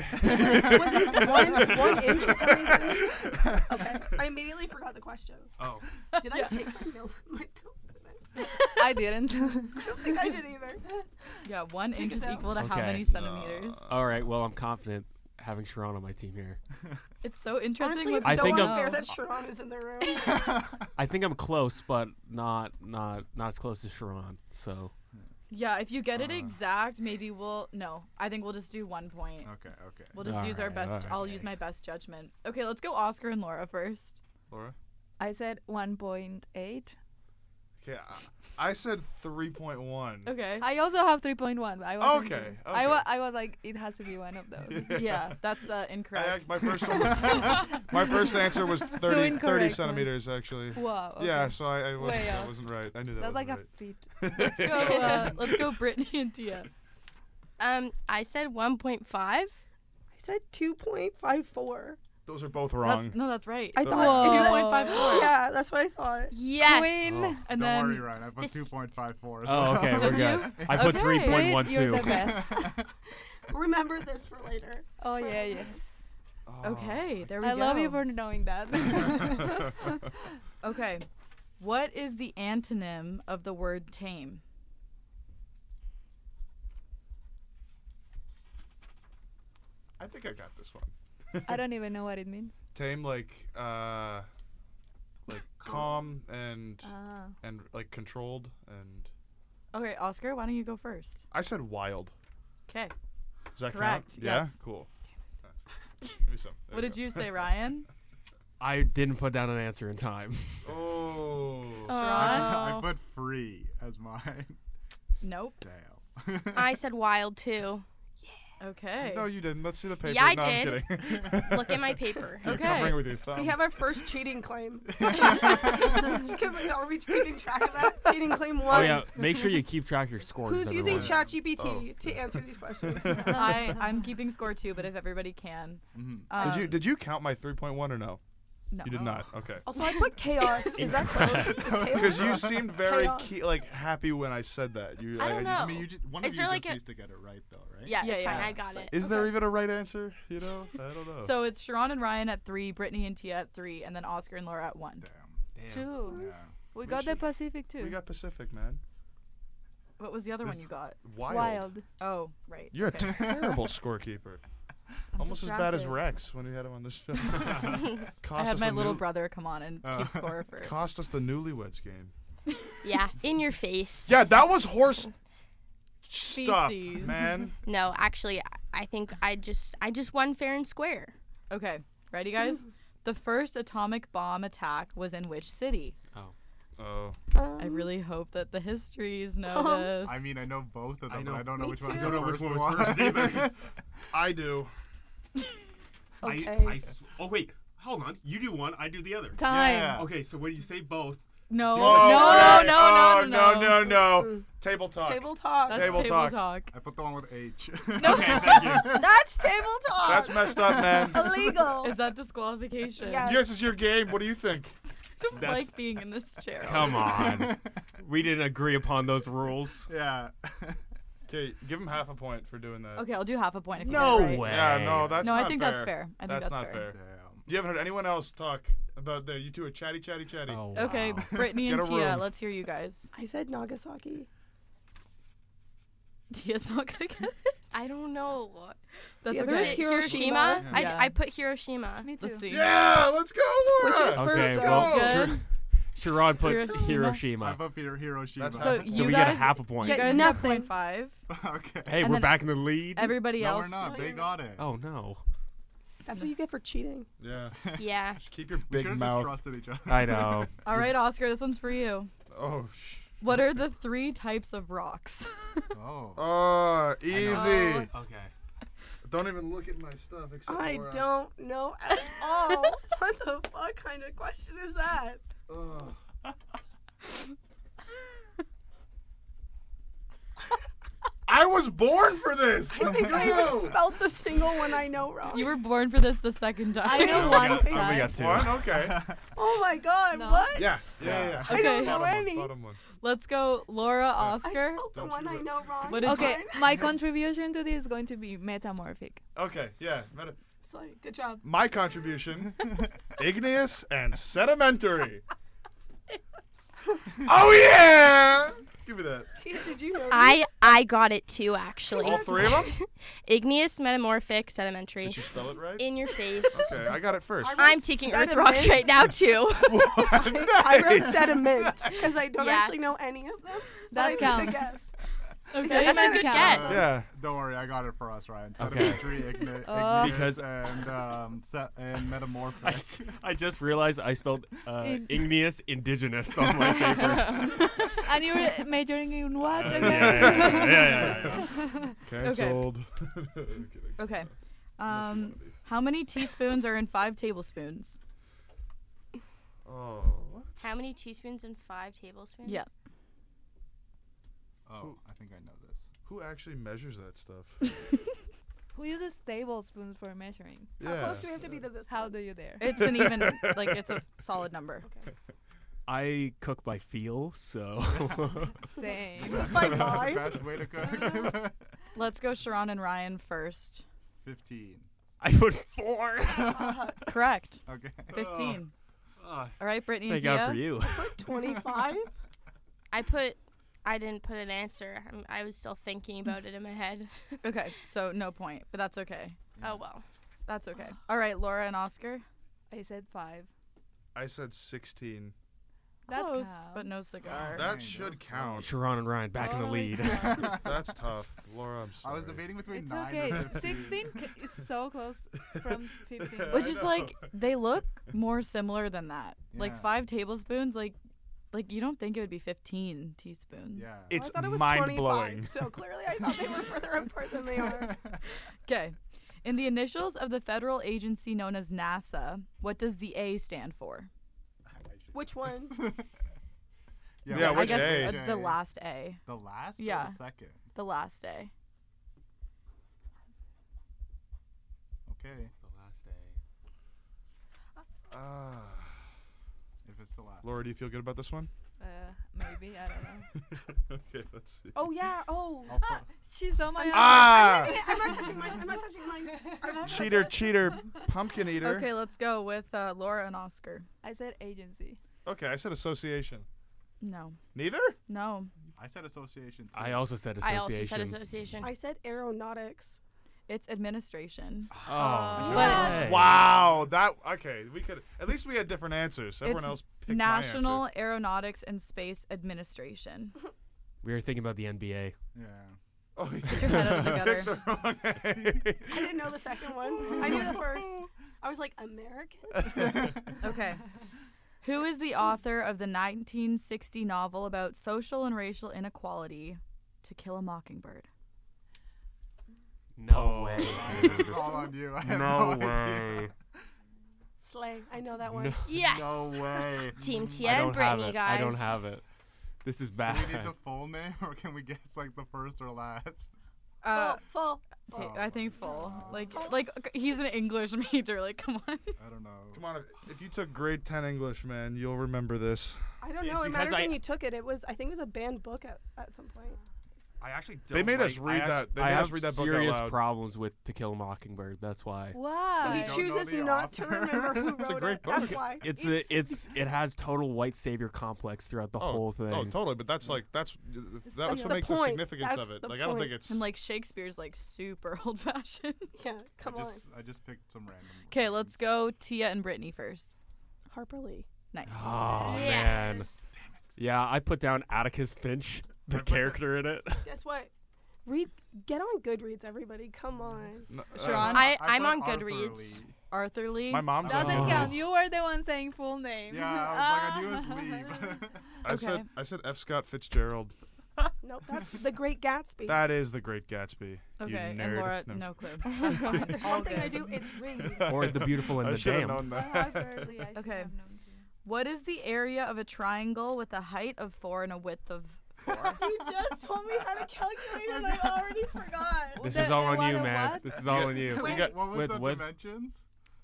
Speaker 7: was it one, one inch or something? Okay. I immediately forgot the question.
Speaker 6: Oh.
Speaker 7: Did I take my pills? My pills today?
Speaker 8: I didn't.
Speaker 7: I don't think I did either.
Speaker 3: yeah, one inch is
Speaker 7: us out.
Speaker 3: equal to how
Speaker 4: Okay. Uh,
Speaker 3: many centimeters?
Speaker 4: All right. Well, I'm confident having Sharon on my team here.
Speaker 3: It's so interesting.
Speaker 7: Honestly, it's
Speaker 3: what's
Speaker 4: I
Speaker 7: so
Speaker 4: think
Speaker 3: going
Speaker 4: I'm-
Speaker 7: unfair
Speaker 3: on.
Speaker 7: that Sharon is in the room.
Speaker 4: I think I'm close, but not not not as close as Sharon. So
Speaker 3: Yeah, if you
Speaker 6: Uh.
Speaker 3: get it exact, maybe we'll no. I think we'll just do one point.
Speaker 1: Okay, okay.
Speaker 3: We'll just use our
Speaker 4: Alright,
Speaker 3: best.
Speaker 4: alright.
Speaker 3: I'll use my best judgment. Okay, let's go Oscar and Laura first.
Speaker 6: Laura.
Speaker 8: I said 1.8.
Speaker 6: Okay, I, I said 3.1.
Speaker 3: Okay.
Speaker 8: I also have 3.1, but I was
Speaker 6: Okay,
Speaker 8: I, wa-
Speaker 6: okay.
Speaker 8: I was like, it has to be one of those.
Speaker 3: yeah, that's uh,
Speaker 6: I
Speaker 3: incorrect.
Speaker 6: act- my first one. was- my first answer was 30, 30
Speaker 8: incorrect, man.
Speaker 6: centimeters actually.
Speaker 8: Wow. Okay.
Speaker 6: Yeah, so I, I was,
Speaker 8: Way
Speaker 6: that
Speaker 8: off.
Speaker 6: wasn't right. I knew that.
Speaker 8: That's like
Speaker 6: wasn't
Speaker 8: a feat.
Speaker 6: right.
Speaker 3: let's go. Uh, let's go, Brittany and Tia.
Speaker 5: Um, I said 1.5.
Speaker 7: I said 2.54.
Speaker 6: Those are both wrong. Oh.
Speaker 3: That's, no, that's right.
Speaker 7: I
Speaker 6: So-
Speaker 7: thought.
Speaker 8: Whoa.
Speaker 7: Is that-
Speaker 3: 2.54.
Speaker 7: Yeah, that's what I thought.
Speaker 5: Yes.
Speaker 8: Queen.
Speaker 3: And
Speaker 1: Don't
Speaker 3: then
Speaker 1: worry, Ryan. I put
Speaker 5: this-
Speaker 1: two point five four.
Speaker 4: Oh, okay, we're good. I put
Speaker 3: Okay.
Speaker 4: three point one
Speaker 8: Brit, You're the
Speaker 4: two.
Speaker 8: best.
Speaker 7: Remember this for later.
Speaker 8: Oh, yeah, yes.
Speaker 3: okay, there we
Speaker 8: I
Speaker 3: go.
Speaker 8: love you for knowing that.
Speaker 3: Okay. What is the antonym of the word tame?
Speaker 6: I think I got this one.
Speaker 8: I don't even know what it means.
Speaker 6: Tame like uh like calm and
Speaker 8: Ah.
Speaker 6: and like controlled and
Speaker 3: Okay, Oscar, why don't you go first?
Speaker 6: I said wild.
Speaker 3: Okay.
Speaker 6: Does that
Speaker 3: Correct,
Speaker 6: count? Yeah.
Speaker 3: yes.
Speaker 6: Cool. Give me some. There
Speaker 3: What did
Speaker 6: go.
Speaker 3: you say, Ryan?
Speaker 4: I didn't put down an answer in time.
Speaker 6: Oh.
Speaker 1: I,
Speaker 3: Oh.
Speaker 1: put free as mine.
Speaker 3: Nope.
Speaker 1: Damn.
Speaker 5: I said wild too.
Speaker 3: Okay.
Speaker 6: No, you didn't. Let's see the paper.
Speaker 5: Yeah, I
Speaker 6: no,
Speaker 5: did.
Speaker 6: I'm kidding.
Speaker 5: Look at my paper.
Speaker 6: You're
Speaker 3: Okay.
Speaker 6: covering with your thumb.
Speaker 7: We have our first cheating claim. Just kidding. Are we keeping track of that? Cheating claim
Speaker 4: Oh
Speaker 7: one.
Speaker 4: yeah, make sure you keep track of your scores.
Speaker 7: Um, Who's using
Speaker 4: everyone.
Speaker 7: ChatGPT
Speaker 6: Oh.
Speaker 7: to answer these questions?
Speaker 3: I, I'm keeping score too, but if everybody can.
Speaker 1: Mhm.
Speaker 3: Um,
Speaker 5: Uh,
Speaker 6: did you did you count my 3.1 or no?
Speaker 3: No.
Speaker 6: You did not. Okay.
Speaker 7: also, I put chaos. Is that close? Is chaos-
Speaker 6: Because you seemed very
Speaker 7: Chaos.
Speaker 6: ke- like happy when I said that. You,
Speaker 5: I don't
Speaker 6: just-
Speaker 1: I mean, you just, one of
Speaker 5: Is
Speaker 1: you
Speaker 5: there
Speaker 1: just
Speaker 5: like a-
Speaker 1: used to get it right, though, right?
Speaker 5: Yeah,
Speaker 3: Yeah,
Speaker 5: it's
Speaker 3: yeah.
Speaker 5: fine. I got it.
Speaker 6: Is there even a right answer? You know, I don't know.
Speaker 3: So it's Sharon and Ryan at three, Brittany and Tia at three, and then Oscar and Laura at one.
Speaker 1: Damn.
Speaker 8: Two.
Speaker 1: Yeah.
Speaker 8: We
Speaker 6: We
Speaker 8: got the
Speaker 6: should-
Speaker 8: Pacific too.
Speaker 6: we got Pacific, man.
Speaker 3: What was the other one
Speaker 6: There's-
Speaker 3: you got?
Speaker 6: Wild.
Speaker 8: Wild.
Speaker 3: Oh, right.
Speaker 6: You're a
Speaker 3: okay.
Speaker 6: terrible scorekeeper.
Speaker 3: I'm
Speaker 6: Almost as bad as
Speaker 3: distracted.
Speaker 6: Rex when we had him on the show.
Speaker 3: I
Speaker 6: cost
Speaker 3: had
Speaker 6: us
Speaker 3: my
Speaker 6: the
Speaker 3: little
Speaker 6: new-
Speaker 3: brother come on and
Speaker 6: Uh,
Speaker 3: keep score for.
Speaker 6: Cost us the newlyweds game.
Speaker 5: Yeah, in your face.
Speaker 6: Yeah, that was horse stuff,
Speaker 3: Feces.
Speaker 6: man.
Speaker 5: No, actually, I- I think I just I just won fair and square.
Speaker 3: Okay, ready, guys? the first atomic bomb attack was in which city?
Speaker 6: Oh,
Speaker 3: I really hope that the histories know
Speaker 7: Um,
Speaker 3: this.
Speaker 1: I mean, I know both of them,
Speaker 4: I
Speaker 1: but I
Speaker 4: know-
Speaker 1: don't know
Speaker 7: Me
Speaker 1: which one.
Speaker 7: too.
Speaker 1: is
Speaker 7: I don't
Speaker 1: the
Speaker 4: know which
Speaker 1: first
Speaker 4: one was first either.
Speaker 6: I do.
Speaker 7: Okay.
Speaker 4: I, I s- oh wait, hold on. You do one. I do the other.
Speaker 3: time.
Speaker 1: Yeah.
Speaker 4: Okay, so when you say both,
Speaker 3: No,
Speaker 6: Oh,
Speaker 3: no,
Speaker 6: okay.
Speaker 3: no, no,
Speaker 6: Oh,
Speaker 3: no,
Speaker 6: no, no, no.
Speaker 7: Mm.
Speaker 6: Table talk.
Speaker 7: Table talk.
Speaker 3: That's
Speaker 7: That's,
Speaker 3: table,
Speaker 6: Table
Speaker 3: talk.
Speaker 6: talk.
Speaker 1: I put the one with H.
Speaker 4: okay, thank you.
Speaker 7: table talk.
Speaker 6: That's messed up, man.
Speaker 7: illegal.
Speaker 3: Is that disqualification?
Speaker 7: Yes.
Speaker 6: Yours is your game. What do you think?
Speaker 3: I don't
Speaker 4: That's-
Speaker 3: like being in this chair.
Speaker 4: Come on. we didn't agree upon those rules.
Speaker 1: yeah.
Speaker 6: Okay, give him half a point for doing that.
Speaker 3: Okay, I'll do half a point if you
Speaker 4: No
Speaker 3: get it right.
Speaker 4: way.
Speaker 6: Yeah, no, that's
Speaker 3: No, I
Speaker 6: not
Speaker 3: think
Speaker 6: fair.
Speaker 3: that's fair. I think that's,
Speaker 6: not fair.
Speaker 1: Damn.
Speaker 6: You haven't heard anyone else talk about there. You two are chatty, chatty,
Speaker 4: Oh,
Speaker 6: chatty.
Speaker 3: Okay, Brittany
Speaker 6: Get
Speaker 3: and
Speaker 6: a
Speaker 3: Tia,
Speaker 6: room.
Speaker 3: let's hear you guys.
Speaker 7: I said Nagasaki.
Speaker 3: Tia's not gonna get it.
Speaker 5: I don't know.
Speaker 3: That's
Speaker 7: Yeah,
Speaker 3: okay.
Speaker 7: there is
Speaker 5: Hi-
Speaker 7: Hero- Hiroshima?
Speaker 5: I,
Speaker 3: Yeah.
Speaker 5: I put Hiroshima.
Speaker 8: Me too.
Speaker 3: Let's see.
Speaker 6: Yeah, let's go, Laura.
Speaker 7: Which is
Speaker 4: Okay,
Speaker 7: first
Speaker 4: well,
Speaker 7: up.
Speaker 3: Good.
Speaker 4: Shir- Sharon put
Speaker 3: Hiroshima.
Speaker 4: Hiroshima.
Speaker 1: I put Peter Hiroshima.
Speaker 6: That's
Speaker 3: So
Speaker 6: So
Speaker 3: you
Speaker 4: So we
Speaker 3: guys,
Speaker 4: get a half a point.
Speaker 3: you
Speaker 7: Yeah,
Speaker 3: guys
Speaker 7: nothing.
Speaker 3: have 0.5.
Speaker 1: okay.
Speaker 4: hey,
Speaker 3: and
Speaker 4: we're
Speaker 3: then-
Speaker 4: back in the lead.
Speaker 3: Everybody
Speaker 1: no,
Speaker 3: else.
Speaker 1: we're not. They got it.
Speaker 4: oh no.
Speaker 7: That's what you get for cheating.
Speaker 6: Yeah.
Speaker 5: Yeah.
Speaker 6: Just keep your
Speaker 1: we
Speaker 6: big
Speaker 1: should have just
Speaker 6: mouth.
Speaker 1: trusted each other.
Speaker 4: I know.
Speaker 3: All right, Oscar, this one's for you.
Speaker 6: Oh, sh.
Speaker 3: What are the three types of rocks?
Speaker 1: Oh.
Speaker 6: Oh, easy.
Speaker 4: okay.
Speaker 6: Don't even look at my stuff. Except uh,
Speaker 7: I
Speaker 6: Laura.
Speaker 7: don't know at all. what the fuck kind of question is that?
Speaker 6: Ugh. I was born for this.
Speaker 7: I
Speaker 6: Let's
Speaker 7: think I even
Speaker 6: go.
Speaker 7: spelled the single one I know wrong.
Speaker 3: you were born for this the second time.
Speaker 8: I know
Speaker 4: Oh,
Speaker 8: one.
Speaker 4: we got, oh, we
Speaker 8: guy.
Speaker 4: got two.
Speaker 6: One, okay.
Speaker 7: oh my god,
Speaker 8: No.
Speaker 7: what?
Speaker 6: Yeah, yeah, yeah.
Speaker 3: I don't Okay.
Speaker 7: know
Speaker 6: Bottom one,
Speaker 7: any.
Speaker 6: bottom one.
Speaker 3: Let's go, Laura,
Speaker 7: I
Speaker 3: Oscar.
Speaker 7: spelled the
Speaker 6: Don't
Speaker 7: one
Speaker 6: you
Speaker 7: I
Speaker 6: re-
Speaker 7: know wrong.
Speaker 3: What is
Speaker 8: Okay,
Speaker 7: Mine.
Speaker 8: my contribution to this is going to be metamorphic.
Speaker 3: Oh,
Speaker 6: Okay, yeah. better.
Speaker 7: It's like, good job.
Speaker 6: My contribution: igneous and sedimentary. oh yeah! Give me that.
Speaker 7: Tia, did you know?
Speaker 5: I
Speaker 7: this?
Speaker 5: I got it too actually.
Speaker 6: All three of them.
Speaker 5: Igneous, metamorphic, sedimentary.
Speaker 6: Did you spell it right?
Speaker 5: In your face.
Speaker 6: Okay, I got it first.
Speaker 5: I'm taking Earth
Speaker 7: Sediment.
Speaker 5: rocks right now too.
Speaker 7: I wrote sediment because I don't
Speaker 5: Yeah.
Speaker 7: actually know any of them. but
Speaker 8: That
Speaker 7: I took
Speaker 8: counts.
Speaker 7: a guess.
Speaker 3: Okay.
Speaker 5: That's a good
Speaker 8: Count.
Speaker 5: guess.
Speaker 6: Yeah.
Speaker 1: Don't worry, I got it for us, Ryan.
Speaker 4: Okay.
Speaker 1: Sedimentary, igni-
Speaker 3: Oh.
Speaker 1: igneous,
Speaker 4: Because-
Speaker 1: and um, se- and
Speaker 4: I,
Speaker 1: metamorphic.
Speaker 4: ju- I just realized I spelled uh,
Speaker 8: In-
Speaker 4: igneous indigenous on my paper.
Speaker 8: and you're majoring in what
Speaker 4: yeah,
Speaker 8: again?
Speaker 4: yeah, yeah, yeah,
Speaker 6: Cancelled.
Speaker 3: Okay. Um, how many teaspoons are in five tablespoons?
Speaker 6: Oh, what?
Speaker 5: How many teaspoons and five tablespoons?
Speaker 3: Yeah.
Speaker 1: Oh, I think I know this.
Speaker 6: Who actually measures that stuff?
Speaker 8: Who uses tablespoons for measuring?
Speaker 7: How
Speaker 6: yeah.
Speaker 7: close do we have to be to this?
Speaker 8: How
Speaker 7: one?
Speaker 8: do you dare?
Speaker 3: It's an even, like, it's a solid number.
Speaker 4: I cook by feel, so
Speaker 8: Same.
Speaker 7: By vibe?
Speaker 1: Best way to cook.
Speaker 3: Let's go, Sharon and Ryan first.
Speaker 1: Fifteen.
Speaker 4: I put four.
Speaker 3: Correct.
Speaker 1: Okay.
Speaker 3: 15.
Speaker 4: Ah,
Speaker 3: All right, Brittany
Speaker 4: thank
Speaker 3: and Tia.
Speaker 4: God for you.
Speaker 7: 25?
Speaker 5: I put I didn't put an answer. I'm, I was still thinking about it in my head.
Speaker 3: Okay, so no point, but that's okay.
Speaker 5: Oh well.
Speaker 3: That's okay. All right, Laura and Oscar.
Speaker 8: I said five.
Speaker 6: I said 16.
Speaker 8: That
Speaker 3: Close,
Speaker 8: counts.
Speaker 3: but no cigar.
Speaker 1: Dang,
Speaker 6: That
Speaker 1: that was
Speaker 6: should
Speaker 1: close.
Speaker 6: count.
Speaker 4: Sharon and Ryan back
Speaker 5: Oh
Speaker 4: in the
Speaker 8: Totally
Speaker 4: lead.
Speaker 8: counts.
Speaker 6: That's tough. Laura, I'm sorry.
Speaker 1: I was debating between
Speaker 8: It's
Speaker 1: nine
Speaker 8: okay.
Speaker 1: and 15.
Speaker 8: 16 c- is so close from 15.
Speaker 6: I
Speaker 3: Which is
Speaker 6: know.
Speaker 3: like they look more similar than that.
Speaker 1: Yeah.
Speaker 3: Like five tablespoons, like like you don't think it would be fifteen teaspoons.
Speaker 1: Yeah.
Speaker 7: Well, I thought it was 25, so clearly I thought they were further apart than they are.
Speaker 3: Okay. In the initials of the federal agency known as NASA, what does the A stand for?
Speaker 7: Which one?
Speaker 6: Yeah,
Speaker 1: but
Speaker 3: I
Speaker 6: which
Speaker 3: guess
Speaker 6: A?
Speaker 3: uh, the last A.
Speaker 1: The last. Or
Speaker 3: Yeah.
Speaker 1: the second.
Speaker 3: The last A.
Speaker 1: Okay.
Speaker 6: Ah.
Speaker 1: If it's the last.
Speaker 6: Laura, do you feel good about this one?
Speaker 8: Uh, maybe I don't know.
Speaker 6: okay, let's see.
Speaker 7: Oh, yeah. Oh.
Speaker 1: I'll put-
Speaker 8: She saw my.
Speaker 6: Ah!
Speaker 7: I'm not touching mine. I'm not touching mine. I'm not touching
Speaker 6: Cheater, cheater, pumpkin eater.
Speaker 3: Okay, let's go with uh, Laura and Oscar.
Speaker 8: I said agency.
Speaker 6: Okay, I said association.
Speaker 3: No.
Speaker 6: Neither?
Speaker 3: No.
Speaker 1: I said association too.
Speaker 4: I also said
Speaker 5: I
Speaker 4: association.
Speaker 5: also said association.
Speaker 7: I said aeronautics.
Speaker 3: It's administration.
Speaker 4: Oh,
Speaker 5: Uh,
Speaker 3: But-
Speaker 4: yay.
Speaker 6: Wow, that okay. We could at least we had different answers. Everyone
Speaker 3: It's
Speaker 6: else picked my answer.
Speaker 3: National Aeronautics and Space Administration.
Speaker 4: We were thinking about the NBA.
Speaker 1: yeah.
Speaker 6: Oh, yeah.
Speaker 3: Get your head out of the gutter.
Speaker 7: I didn't know the second one. I knew the first. I was like, American?
Speaker 3: Okay. Who is the author of the 1960 novel about social and racial inequality, To Kill a Mockingbird?
Speaker 4: No
Speaker 1: Oh,
Speaker 4: way.
Speaker 1: it's all on you. I have no, idea.
Speaker 4: way.
Speaker 7: Slay. I know that one.
Speaker 4: No,
Speaker 5: yes.
Speaker 1: No way.
Speaker 5: Team
Speaker 4: Mm,
Speaker 5: Tia
Speaker 4: I
Speaker 5: and
Speaker 4: don't have
Speaker 5: Brittany,
Speaker 4: it.
Speaker 5: guys.
Speaker 4: I don't have it. This is
Speaker 1: Do
Speaker 4: bad.
Speaker 1: we need the full name, or can we guess like the first or last?
Speaker 3: Uh,
Speaker 7: full,
Speaker 3: ta-
Speaker 1: Oh
Speaker 3: I
Speaker 1: my
Speaker 3: think full. Like, like okay, he's an English major. Like, come on.
Speaker 1: I don't know.
Speaker 6: Come on, if- if you took grade ten English, man, you'll remember this.
Speaker 7: full. I don't
Speaker 4: It's
Speaker 7: know. It
Speaker 4: because
Speaker 7: matters
Speaker 4: I-
Speaker 7: when you took it. It was, I think it was a banned book at, at some point.
Speaker 4: I actually
Speaker 6: They made us read that- they
Speaker 4: I
Speaker 6: made us
Speaker 4: have
Speaker 6: read that book out
Speaker 4: serious
Speaker 6: loud.
Speaker 4: problems with To Kill a Mockingbird. That's why.
Speaker 7: So he
Speaker 8: Why?
Speaker 1: don't know
Speaker 7: chooses
Speaker 1: the
Speaker 7: not to
Speaker 1: author.
Speaker 7: remember who
Speaker 6: It's a
Speaker 7: wrote
Speaker 6: great
Speaker 7: it.
Speaker 6: book.
Speaker 7: That's why.
Speaker 4: It's a, it's it has total white savior complex throughout the
Speaker 6: Oh,
Speaker 4: whole thing.
Speaker 6: Oh, totally. But that's like that's
Speaker 7: like
Speaker 6: that's
Speaker 7: the
Speaker 6: what makes the
Speaker 7: point.
Speaker 6: significance
Speaker 7: That's
Speaker 6: of it.
Speaker 7: the
Speaker 6: Like I don't
Speaker 7: point.
Speaker 6: think it's.
Speaker 3: And like Shakespeare's like super old fashioned.
Speaker 7: yeah, come
Speaker 1: I
Speaker 7: on.
Speaker 1: just, I just picked some random.
Speaker 3: Okay, let's go Tia and Brittany first.
Speaker 7: Harper Lee.
Speaker 3: Nice.
Speaker 4: Oh man.
Speaker 5: yes.
Speaker 4: Yeah, I put down Atticus Finch, the character in it.
Speaker 7: Guess what? Read, get on Goodreads, everybody. Come on.
Speaker 6: n- uh,
Speaker 3: Sharon,
Speaker 5: I,
Speaker 1: I
Speaker 5: I'm
Speaker 1: put
Speaker 5: on
Speaker 1: Arthur
Speaker 5: Goodreads.
Speaker 1: Lee.
Speaker 3: Arthur Lee.
Speaker 6: my mom
Speaker 8: Doesn't
Speaker 4: Oh.
Speaker 8: count. You were the one saying full name.
Speaker 1: Yeah, I was like, I knew it was Lee. but-
Speaker 6: I said
Speaker 3: Okay.
Speaker 6: I said F. Scott Fitzgerald.
Speaker 7: Nope, that's The Great Gatsby.
Speaker 6: That is the Great Gatsby. you
Speaker 3: okay,
Speaker 6: nerd.
Speaker 3: and Laura,
Speaker 6: No,
Speaker 3: no,
Speaker 6: I'm
Speaker 3: clue. That's fine.
Speaker 7: There's
Speaker 3: All
Speaker 7: one thing I
Speaker 3: good.
Speaker 7: do, it's read.
Speaker 4: Or the beautiful and
Speaker 6: I
Speaker 4: the
Speaker 6: should have
Speaker 4: damn.
Speaker 6: known
Speaker 8: Oh,
Speaker 6: that.
Speaker 3: Okay. What is the area of a triangle with a height of four and a width of four?
Speaker 7: You just told me how to calculate it, and I already forgot.
Speaker 4: This
Speaker 8: The-
Speaker 4: is all
Speaker 8: the
Speaker 4: on
Speaker 8: one
Speaker 4: you,
Speaker 8: of
Speaker 4: man.
Speaker 8: what?
Speaker 4: This is all on you.
Speaker 1: Wait,
Speaker 6: got-
Speaker 1: what was
Speaker 4: with-
Speaker 1: the
Speaker 4: with-
Speaker 1: dimensions?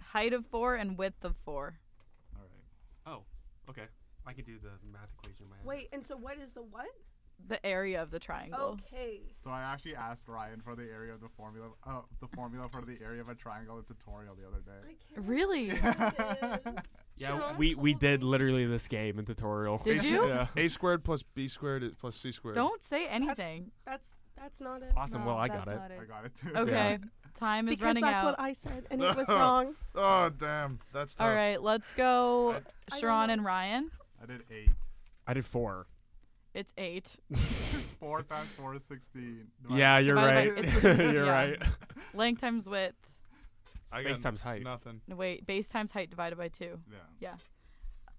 Speaker 3: height of four and width of four.
Speaker 1: All right.
Speaker 4: Oh, okay. I could do the math equation in my head.
Speaker 7: Wait, and so what is the what?
Speaker 3: The area of the triangle.
Speaker 7: Okay.
Speaker 1: So I actually asked Ryan for the area of the formula, uh, the formula for the area of a triangle in tutorial the other
Speaker 7: I
Speaker 1: day.
Speaker 7: can't
Speaker 3: Really?
Speaker 7: remember this.
Speaker 4: Yeah,
Speaker 7: Sean
Speaker 4: we we
Speaker 7: told
Speaker 4: did
Speaker 7: me.
Speaker 4: literally this game in tutorial.
Speaker 3: Did you?
Speaker 4: Yeah.
Speaker 6: A squared plus B squared is plus C squared.
Speaker 3: Don't say anything.
Speaker 7: That's that's not it.
Speaker 4: Awesome. well, I got it.
Speaker 1: I got it too.
Speaker 3: Okay. Time is
Speaker 7: because
Speaker 3: running
Speaker 7: that's
Speaker 3: out.
Speaker 7: what I said, and it was wrong.
Speaker 6: Oh damn, that's tough.
Speaker 3: All right, let's go
Speaker 7: I don't
Speaker 3: Sharon
Speaker 7: know.
Speaker 3: and Ryan.
Speaker 1: I did eight.
Speaker 4: I did four.
Speaker 3: It's eight.
Speaker 1: Four times four is sixteen. Divide-
Speaker 4: Yeah, you're
Speaker 3: Divided
Speaker 4: right.
Speaker 3: by- it's with-
Speaker 4: you're
Speaker 3: yeah.
Speaker 4: right.
Speaker 3: Length times width.
Speaker 6: I
Speaker 4: Base
Speaker 6: got
Speaker 4: times height.
Speaker 6: Nothing.
Speaker 3: No, wait, base times height divided by two.
Speaker 1: Yeah.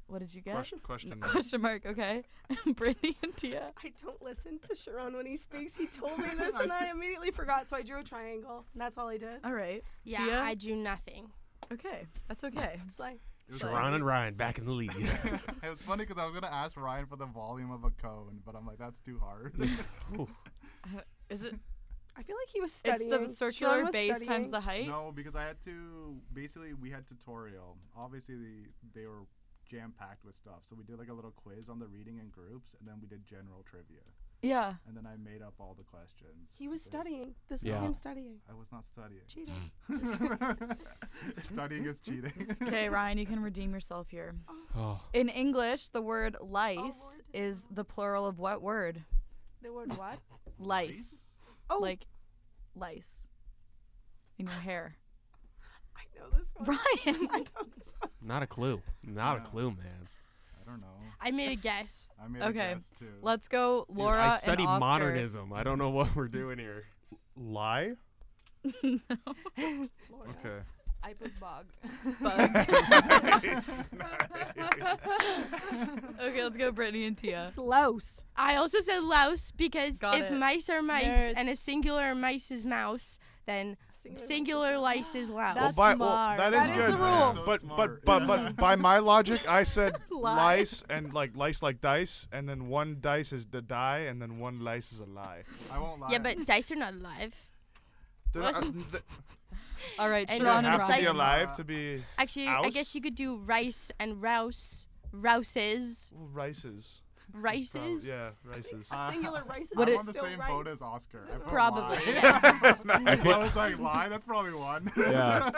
Speaker 3: What did you get?
Speaker 6: Question. Question. mark.
Speaker 3: Question mark. Okay. Brittany and Tia.
Speaker 7: I don't listen to Sharon when he speaks. He told me this, and I immediately forgot. So I drew a triangle. And that's all I did.
Speaker 3: All right.
Speaker 5: Yeah,
Speaker 3: Tia?
Speaker 5: I do nothing.
Speaker 3: Okay. That's okay.
Speaker 7: It's like
Speaker 1: It was
Speaker 4: Sharon and Ryan back in the lead.
Speaker 1: it was funny because I was gonna ask Ryan for the volume of a cone, but I'm like, that's too hard.
Speaker 3: Is it?
Speaker 7: I feel like he was studying.
Speaker 3: It's the circular
Speaker 7: Sharon was
Speaker 3: base times
Speaker 7: studying.
Speaker 3: the height.
Speaker 1: no, because I had to. Basically, we had tutorial. Obviously, they, they were jam packed with stuff, so we did like a little quiz on the reading in groups, and then we did general trivia,
Speaker 3: Yeah.
Speaker 1: and then I made up all the questions.
Speaker 7: He was
Speaker 1: Based-
Speaker 7: studying. This
Speaker 4: Yeah.
Speaker 7: is him studying.
Speaker 1: I was not studying.
Speaker 7: Cheating.
Speaker 1: Studying is cheating.
Speaker 3: Okay, Ryan, you can redeem yourself here.
Speaker 4: oh,
Speaker 3: In English, the word lice
Speaker 7: Lord,
Speaker 3: is the plural of what word?
Speaker 8: The word what?
Speaker 3: Lice.
Speaker 7: Oh,
Speaker 3: Like lice in your hair.
Speaker 7: I know this one.
Speaker 3: Ryan.
Speaker 7: I know this one.
Speaker 4: not a clue. Not
Speaker 1: Yeah.
Speaker 4: a clue, man.
Speaker 1: I don't know.
Speaker 5: I made a guess.
Speaker 1: I made
Speaker 3: Okay,
Speaker 1: a guess too.
Speaker 3: Let's go,
Speaker 4: Dude,
Speaker 3: Laura
Speaker 4: I study
Speaker 3: and Oscar.
Speaker 4: modernism. I don't know what we're doing here.
Speaker 6: Lie.
Speaker 7: Laura.
Speaker 6: Okay.
Speaker 8: I put bug.
Speaker 3: Bug. okay, let's go, Brittany and Tia.
Speaker 7: It's Laos.
Speaker 5: I also said louse because
Speaker 3: Got
Speaker 5: if
Speaker 3: it.
Speaker 5: mice are mice and a
Speaker 8: Nerds.
Speaker 5: singular mice is mouse, then
Speaker 7: Singular,
Speaker 5: singular lice is louse.
Speaker 8: That's
Speaker 6: by,
Speaker 8: smart.
Speaker 6: that is
Speaker 7: That is
Speaker 6: good.
Speaker 7: the rule.
Speaker 1: So
Speaker 6: but,
Speaker 1: smart.
Speaker 6: but but but by my logic, I said
Speaker 7: Lie.
Speaker 6: lice and like lice like dice, and then one dice is the die, and then one lice is a lie.
Speaker 1: I won't
Speaker 4: Oh,
Speaker 1: lie.
Speaker 5: yeah, but dice are not alive.
Speaker 6: Did I- th-
Speaker 3: All right,
Speaker 5: And
Speaker 6: did I
Speaker 3: Sharon and
Speaker 6: have to be
Speaker 5: Ryan.
Speaker 3: Ryan.
Speaker 6: alive to be
Speaker 5: Actually, I
Speaker 6: Ouse?
Speaker 5: guess you could do rice and rouse, rouses,
Speaker 6: well, rices?
Speaker 5: rices.
Speaker 6: Prob- yeah, rices.
Speaker 7: A singular rice is
Speaker 1: uh, I'm
Speaker 7: just
Speaker 1: on the
Speaker 7: still
Speaker 1: same
Speaker 7: rice.
Speaker 1: boat as Oscar. I
Speaker 4: Oh,
Speaker 1: put
Speaker 5: Probably.
Speaker 1: lie.
Speaker 5: yes.
Speaker 1: I was like, lie? That's probably one.
Speaker 4: Yeah,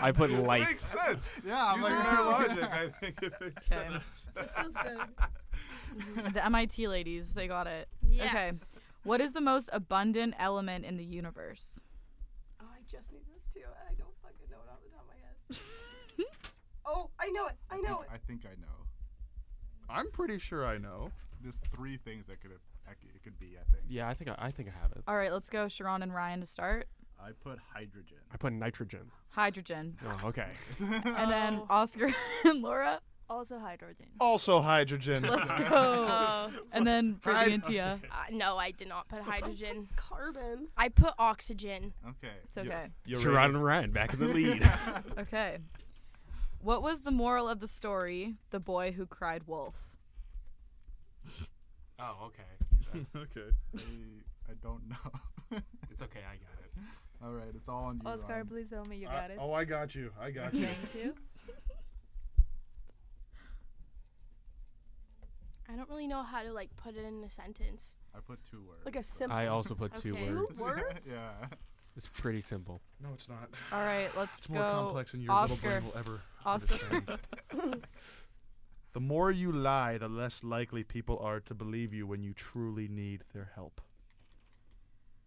Speaker 4: I put
Speaker 6: Makes
Speaker 4: life.
Speaker 6: sense.
Speaker 1: yeah, I'm
Speaker 6: Using
Speaker 1: like,
Speaker 6: their
Speaker 1: no.
Speaker 6: logic, I think it makes
Speaker 3: Okay.
Speaker 6: sense.
Speaker 7: This feels good.
Speaker 3: The MIT ladies, they got it.
Speaker 5: Yes.
Speaker 3: What is the most abundant element in the universe?
Speaker 7: Oh, I just knew this too. I don't fucking know it off the top of my head. oh, I know it. I know it.
Speaker 1: I think I know.
Speaker 6: I'm pretty sure I know.
Speaker 1: There's three things that could it could be. I think.
Speaker 4: Yeah, I think I, I think I have it.
Speaker 3: All right, let's go, Sharon and Ryan to start.
Speaker 1: I put hydrogen.
Speaker 4: I put nitrogen.
Speaker 3: Hydrogen.
Speaker 4: Oh, okay.
Speaker 3: And then
Speaker 5: Oh.
Speaker 3: Oscar and Laura.
Speaker 8: Also hydrogen.
Speaker 1: Oh,
Speaker 6: Also hydrogen.
Speaker 3: Let's go.
Speaker 5: Oh.
Speaker 3: and then Brittany and Tia.
Speaker 5: Uh, no, I did not put hydrogen.
Speaker 7: Carbon.
Speaker 5: I put oxygen.
Speaker 1: Okay.
Speaker 3: It's okay.
Speaker 6: You're
Speaker 4: Sharon and Ryan back in the lead.
Speaker 3: Okay. What was the moral of the story, The Boy Who Cried Wolf?
Speaker 4: oh, okay.
Speaker 6: okay.
Speaker 1: I, I don't know.
Speaker 4: It's okay. I got it.
Speaker 1: all right, it's all on you. Uh,
Speaker 8: Oscar,
Speaker 1: Ryan.
Speaker 8: please tell me you got it.
Speaker 6: oh, I got you. I got you.
Speaker 8: Thank you.
Speaker 5: I don't really know how to like put it in a sentence.
Speaker 1: I put two words.
Speaker 7: Like a simple.
Speaker 4: I also put two
Speaker 5: Okay.
Speaker 4: words.
Speaker 7: words?
Speaker 1: yeah.
Speaker 4: It's pretty simple.
Speaker 6: No, it's not.
Speaker 3: All right, let's
Speaker 6: It's
Speaker 3: go.
Speaker 6: more complex than your
Speaker 3: Oscar.
Speaker 6: little brain will ever
Speaker 3: Oscar.
Speaker 6: understand. the more you lie, the less likely people are to believe you when you truly need their help.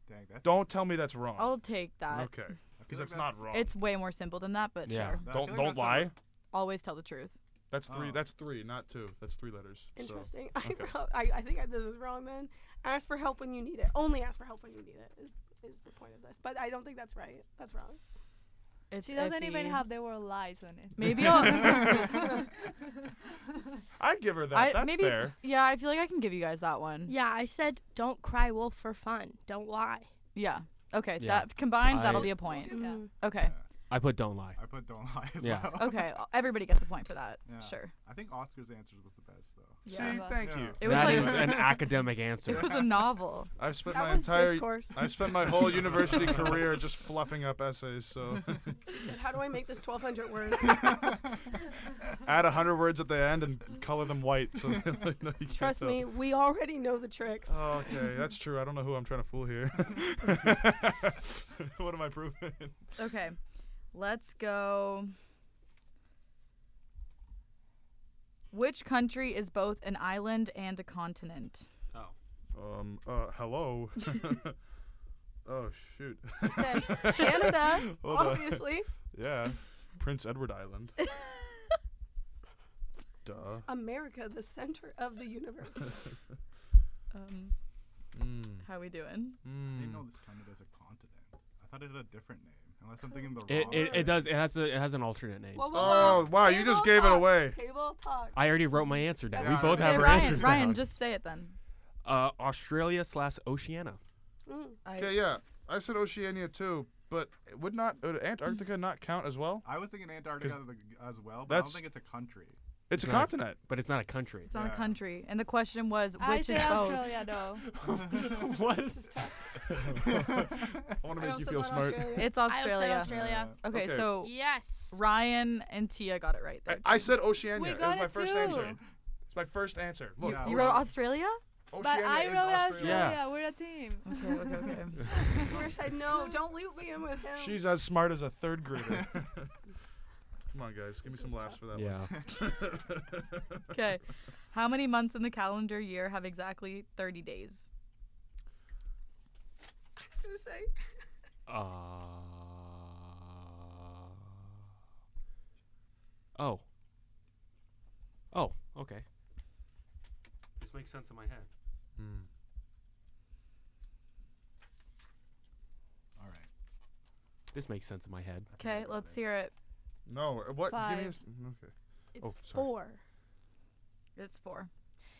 Speaker 1: Dang, that's.
Speaker 6: Don't tell me that's wrong.
Speaker 3: I'll take that.
Speaker 6: okay. Because
Speaker 1: like
Speaker 6: that's not wrong.
Speaker 3: It's way more simple than that, but
Speaker 4: Yeah.
Speaker 3: sure.
Speaker 1: I feel
Speaker 6: don't
Speaker 1: like
Speaker 6: don't
Speaker 1: that's not-
Speaker 6: lie.
Speaker 3: Always tell the truth.
Speaker 6: That's three.
Speaker 1: Oh.
Speaker 6: That's three, not two. That's three letters. so-
Speaker 7: Interesting.
Speaker 6: okay.
Speaker 7: I, I, I think I, this is wrong then. Ask for help when you need it. Only ask for help when you need it is, is the point of this. But I don't think that's right. That's wrong.
Speaker 3: It's
Speaker 8: She doesn't even
Speaker 3: iffy.
Speaker 8: have the word lies on it.
Speaker 3: Maybe I'll.
Speaker 6: I'd give her that.
Speaker 3: I,
Speaker 6: that's
Speaker 3: maybe,
Speaker 6: fair.
Speaker 3: Yeah, I feel like I can give you guys that one. Yeah.
Speaker 5: Yeah, I said don't cry wolf for fun. Don't lie.
Speaker 3: Okay.
Speaker 4: Yeah.
Speaker 3: That combined, that'll
Speaker 4: I-
Speaker 3: be a point.
Speaker 6: Mm.
Speaker 8: Yeah.
Speaker 3: Okay.
Speaker 4: I put don't lie.
Speaker 1: I put don't lie as
Speaker 4: Yeah.
Speaker 1: well.
Speaker 3: Okay. Everybody gets a point for that.
Speaker 1: Yeah.
Speaker 3: Sure.
Speaker 1: I think Oscar's answer was the best though.
Speaker 8: Yeah.
Speaker 6: See,
Speaker 8: Well,
Speaker 6: thank you.
Speaker 1: Yeah.
Speaker 3: It was
Speaker 4: That
Speaker 3: like
Speaker 4: is an academic answer.
Speaker 3: it was a novel.
Speaker 6: I've spent
Speaker 7: That
Speaker 6: my
Speaker 7: was
Speaker 6: entire
Speaker 7: discourse.
Speaker 6: I've spent my whole university career just fluffing up essays. So
Speaker 7: He said, How do I make this 1,200 words?
Speaker 6: add hundred words at the end and color them white. So like, no, you can't
Speaker 7: Trust
Speaker 6: tell.
Speaker 7: me, we already know the tricks.
Speaker 6: Oh, okay, that's true. I don't know who I'm trying to fool here. what am I proving?
Speaker 3: Okay. Let's go. Which country is both an island and a continent?
Speaker 6: Um. Uh. Hello. oh shoot.
Speaker 7: He said, Canada,
Speaker 6: Hold on.
Speaker 7: obviously.
Speaker 6: Yeah. Prince Edward Island. Duh.
Speaker 7: America, the center of the universe.
Speaker 3: Um,
Speaker 6: Mm.
Speaker 3: how we doing?
Speaker 1: I
Speaker 6: Mm.
Speaker 1: didn't know this counted as a continent. I thought it had a different name. Unless I'm thinking the
Speaker 4: It,
Speaker 1: wrong.
Speaker 4: it, it
Speaker 1: thing.
Speaker 4: does. It has a, it has an alternate name.
Speaker 7: Whoa, whoa, whoa.
Speaker 6: Oh wow! You just
Speaker 7: Table
Speaker 6: gave it
Speaker 7: talk.
Speaker 6: away.
Speaker 7: Table talk.
Speaker 4: I already wrote my answer down. We
Speaker 1: Yeah.
Speaker 4: both have
Speaker 3: Okay,
Speaker 4: our
Speaker 3: Ryan,
Speaker 4: answers
Speaker 3: Ryan,
Speaker 4: down.
Speaker 3: just say it then.
Speaker 4: uh, Australia slash Oceania.
Speaker 7: Mm.
Speaker 3: I,
Speaker 6: Okay. Yeah. I said Oceania too, but would not uh, Antarctica not count as well?
Speaker 1: I was thinking Antarctica as well, but I don't
Speaker 6: that's-
Speaker 1: think it's a country.
Speaker 6: It's a
Speaker 4: Right.
Speaker 6: continent.
Speaker 4: But it's not a country.
Speaker 3: It's not
Speaker 1: Yeah.
Speaker 3: a country. And the question was, which
Speaker 8: I
Speaker 3: is
Speaker 8: say
Speaker 3: both?
Speaker 8: Australia though.
Speaker 4: what?
Speaker 6: I want to
Speaker 7: I
Speaker 6: make you feel
Speaker 7: also thought
Speaker 6: smart.
Speaker 7: Australia.
Speaker 3: It's
Speaker 5: I
Speaker 3: Australia.
Speaker 5: also said Australia.
Speaker 1: Uh,
Speaker 3: Okay,
Speaker 6: Okay.
Speaker 3: so
Speaker 5: Yes.
Speaker 3: Ryan and Tia got it right
Speaker 6: I,
Speaker 3: there.
Speaker 6: I
Speaker 3: James.
Speaker 6: said Oceania.
Speaker 8: We
Speaker 6: it was
Speaker 8: got
Speaker 6: my
Speaker 8: it
Speaker 6: first
Speaker 8: too.
Speaker 6: answer. It's my first answer. Look,
Speaker 1: Yeah.
Speaker 3: you
Speaker 1: Ocean-
Speaker 3: wrote Australia.
Speaker 1: Oh,
Speaker 6: Oceania
Speaker 8: But I
Speaker 6: is
Speaker 8: wrote Australia.
Speaker 6: Australia.
Speaker 8: We're a team.
Speaker 3: Okay, okay, okay.
Speaker 7: Laura said, No, don't loop me in with him.
Speaker 6: She's as smart as a third grader. Come on, guys, give me some laughs for that
Speaker 4: Yeah.
Speaker 3: okay. How many months in the calendar year have exactly 30 days?
Speaker 7: I was going to say,
Speaker 4: Uh, oh. Oh, okay. This makes sense in my head.
Speaker 6: one.
Speaker 1: All right.
Speaker 4: This makes sense in my head.
Speaker 3: Okay, let's hear it.
Speaker 6: No, uh, what? Give me
Speaker 8: Five.
Speaker 6: a s- okay.
Speaker 7: It's
Speaker 6: Oh, sorry.
Speaker 7: four.
Speaker 3: It's four.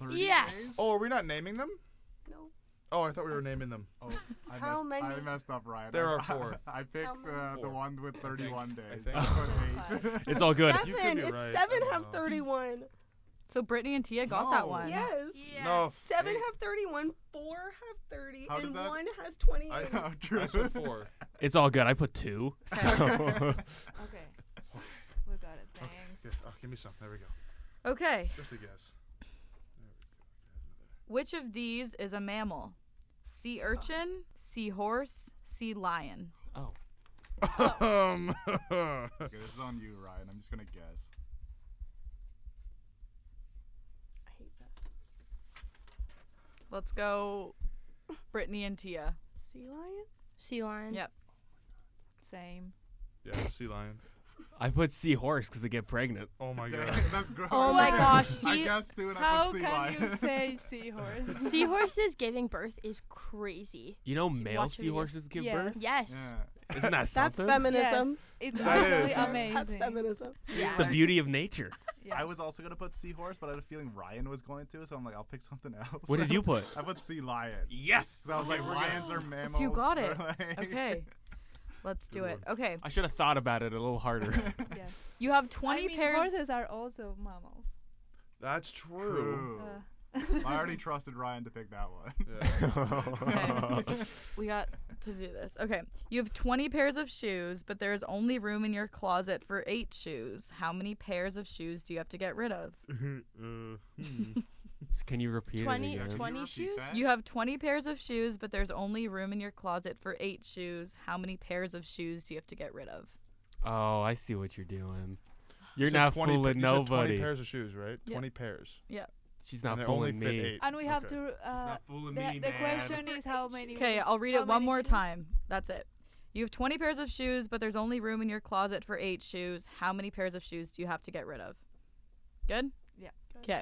Speaker 1: 30
Speaker 5: Yes.
Speaker 6: Oh, are we not naming them?
Speaker 7: No.
Speaker 6: Oh, I thought we were naming them.
Speaker 1: Oh, I
Speaker 7: How
Speaker 1: messed, I
Speaker 7: many-
Speaker 1: messed up, Ryan.
Speaker 6: There
Speaker 1: I-
Speaker 6: are four.
Speaker 1: I picked
Speaker 7: many?
Speaker 1: uh, the
Speaker 6: Four.
Speaker 1: one with 31 days.
Speaker 6: think.
Speaker 1: I put eight.
Speaker 4: It's all good.
Speaker 6: You
Speaker 7: Seven.
Speaker 6: could be right.
Speaker 7: it's
Speaker 6: I
Speaker 7: seven
Speaker 6: don't
Speaker 7: have
Speaker 6: know.
Speaker 7: 31.
Speaker 3: So Brittany and Tia got
Speaker 1: No.
Speaker 3: that one.
Speaker 7: Yes.
Speaker 6: No.
Speaker 7: Seven
Speaker 6: Hey.
Speaker 7: have 31, four have 30,
Speaker 1: How does
Speaker 7: and
Speaker 1: that-
Speaker 7: one has 28.
Speaker 6: I-
Speaker 1: How
Speaker 6: I
Speaker 1: true.
Speaker 6: said four.
Speaker 4: It's all good. I put two. So
Speaker 8: Okay. We got it. Thanks.
Speaker 6: Yeah, oh, give me some. There we go.
Speaker 3: Okay.
Speaker 6: Just a guess.
Speaker 3: Which of these is a mammal? Sea urchin, sea horse, sea lion.
Speaker 4: Oh.
Speaker 6: Um,
Speaker 1: Okay, this is on you, Ryan. I'm just gonna guess.
Speaker 7: I hate this.
Speaker 3: Let's go, Brittany and Tia.
Speaker 7: Sea lion?
Speaker 5: Sea lion.
Speaker 3: Yep.
Speaker 8: Same.
Speaker 6: Yeah, sea lion.
Speaker 4: I put seahorse because they get pregnant.
Speaker 6: Oh my
Speaker 1: Dang,
Speaker 6: god.
Speaker 1: that's gross.
Speaker 5: Oh my gosh,
Speaker 1: I
Speaker 5: see-
Speaker 1: guessed too, and I
Speaker 8: How
Speaker 1: put sea
Speaker 8: can you
Speaker 1: lion.
Speaker 8: say seahorse?
Speaker 5: Seahorses giving birth is crazy.
Speaker 4: You know,
Speaker 5: See,
Speaker 4: male
Speaker 5: watch the video.
Speaker 4: seahorses give
Speaker 8: Yes.
Speaker 4: birth.
Speaker 5: Yes.
Speaker 1: Yeah.
Speaker 4: Isn't that
Speaker 7: That's
Speaker 4: something?
Speaker 7: feminism.
Speaker 8: Yes, it's
Speaker 1: That
Speaker 8: actually
Speaker 1: is.
Speaker 8: amazing.
Speaker 7: That's feminism.
Speaker 5: Yeah.
Speaker 4: The beauty of nature.
Speaker 8: Yeah.
Speaker 1: I was also gonna put seahorse, but I had a feeling Ryan was going to, so I'm like, I'll pick something else.
Speaker 4: What did you put?
Speaker 1: I put sea lion.
Speaker 4: Yes.
Speaker 1: So I was like, lions are mammals.
Speaker 3: you got
Speaker 1: or
Speaker 3: it.
Speaker 1: like-
Speaker 3: Okay. Let's do it. Okay.
Speaker 4: I should have thought about it a little harder.
Speaker 8: Yes.
Speaker 3: You have
Speaker 8: I
Speaker 3: 20
Speaker 8: mean,
Speaker 3: pairs.
Speaker 8: Horses are also mammals.
Speaker 6: That's true.
Speaker 1: True.
Speaker 8: Uh,
Speaker 1: I already trusted Ryan to pick that one.
Speaker 6: Yeah.
Speaker 3: We got to do this. Okay. You have 20 pairs of shoes, but there is only room in your closet for eight shoes. How many pairs of shoes do you have to get rid of?
Speaker 6: Uh, hmm.
Speaker 4: Can you repeat
Speaker 5: 20
Speaker 4: it again?
Speaker 5: 20
Speaker 1: Can you repeat
Speaker 5: shoes?
Speaker 1: that?
Speaker 3: You have 20 pairs of shoes, but there's only room in your closet for eight shoes. How many pairs of shoes do you have to get rid of?
Speaker 4: Oh, I see what you're doing. You're
Speaker 6: You said
Speaker 4: not
Speaker 6: 20 pa-
Speaker 4: fooling
Speaker 6: you said Twenty
Speaker 4: nobody.
Speaker 6: pairs of shoes, right?
Speaker 3: Yeah.
Speaker 6: Twenty pairs.
Speaker 4: She's not
Speaker 6: and they
Speaker 4: fooling
Speaker 6: only fit
Speaker 4: me.
Speaker 6: eight.
Speaker 8: and we have
Speaker 6: Okay.
Speaker 8: to. Uh,
Speaker 4: fooling
Speaker 8: the, the question is how many.
Speaker 3: Okay, I'll read
Speaker 8: how
Speaker 3: it one
Speaker 8: many
Speaker 3: more
Speaker 8: shoes?
Speaker 3: time. That's it. You have 20 pairs of shoes, but there's only room in your closet for eight shoes. How many pairs of shoes do you have to get rid of? Good?
Speaker 8: Yeah. Good.
Speaker 3: Okay.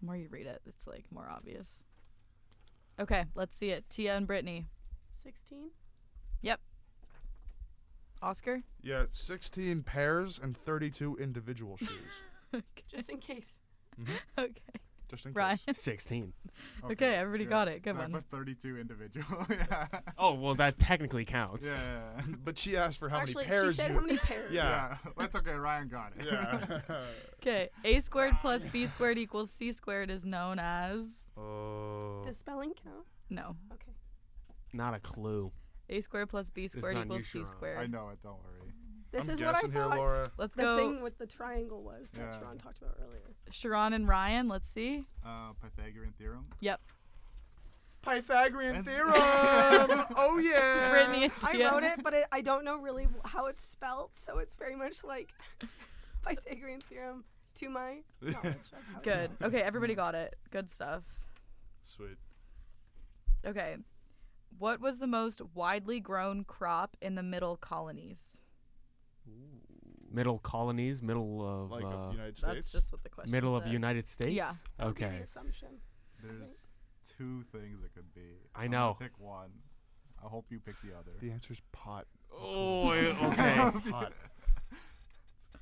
Speaker 3: The more you read it, it's like more obvious. Okay, let's see it. Tia and Brittany.
Speaker 7: 16?
Speaker 3: Oscar?
Speaker 6: Yeah, sixteen pairs and thirty-two individual shoes.
Speaker 7: Just in case.
Speaker 3: Okay.
Speaker 6: Just in
Speaker 3: Ryan.
Speaker 6: case.
Speaker 4: 16.
Speaker 3: Okay, everybody
Speaker 1: good.
Speaker 3: got it. Good
Speaker 1: so
Speaker 3: one.
Speaker 1: I put 32 individual. yeah.
Speaker 4: Oh, well, that technically counts.
Speaker 1: Yeah.
Speaker 6: But she asked for how
Speaker 7: Actually,
Speaker 6: many pairs.
Speaker 7: she said
Speaker 6: you-
Speaker 7: how many pairs.
Speaker 6: Yeah.
Speaker 1: yeah. That's okay. Ryan got it.
Speaker 6: Yeah.
Speaker 3: Okay, a squared plus b squared equals c squared is known as.
Speaker 6: Oh.
Speaker 7: Does spelling count?
Speaker 3: No.
Speaker 7: Okay.
Speaker 4: Not a clue.
Speaker 3: A squared plus b
Speaker 4: is
Speaker 3: squared
Speaker 4: on you,
Speaker 3: equals c
Speaker 4: Sharon.
Speaker 1: I
Speaker 3: squared.
Speaker 1: know it. Don't worry.
Speaker 7: This
Speaker 6: I'm
Speaker 7: is what I
Speaker 6: guessing here,
Speaker 7: thought
Speaker 6: Laura.
Speaker 3: Let's
Speaker 7: the
Speaker 3: go,
Speaker 7: thing with the triangle was that
Speaker 1: Yeah.
Speaker 7: Sharon talked about earlier.
Speaker 3: Sharon and Ryan. Let's see.
Speaker 1: Uh, Pythagorean theorem.
Speaker 3: Yep.
Speaker 6: Pythagorean
Speaker 1: And-
Speaker 6: theorem. oh yeah.
Speaker 3: Brittany and
Speaker 7: I
Speaker 3: Tia.
Speaker 7: wrote it, but it, I don't know really w- how it's spelled, so it's very much like Pythagorean theorem to my knowledge. Of how it's
Speaker 3: Good.
Speaker 7: spelled.
Speaker 3: Okay, everybody got it. Good stuff.
Speaker 6: Sweet.
Speaker 3: Okay. What was the most widely grown crop in the middle colonies?
Speaker 4: Middle colonies, middle of.
Speaker 6: Like
Speaker 4: uh,
Speaker 6: of United
Speaker 3: That's
Speaker 6: States.
Speaker 3: just what the question
Speaker 4: middle of
Speaker 3: said.
Speaker 4: United States?
Speaker 3: Yeah.
Speaker 7: That would be the
Speaker 4: Okay.
Speaker 7: Assumption.
Speaker 1: There's two things it could be.
Speaker 4: I
Speaker 1: I'm gonna
Speaker 4: know.
Speaker 1: Pick one. I hope you pick the other.
Speaker 6: the answer's pot.
Speaker 4: Oh, okay.
Speaker 6: Pot.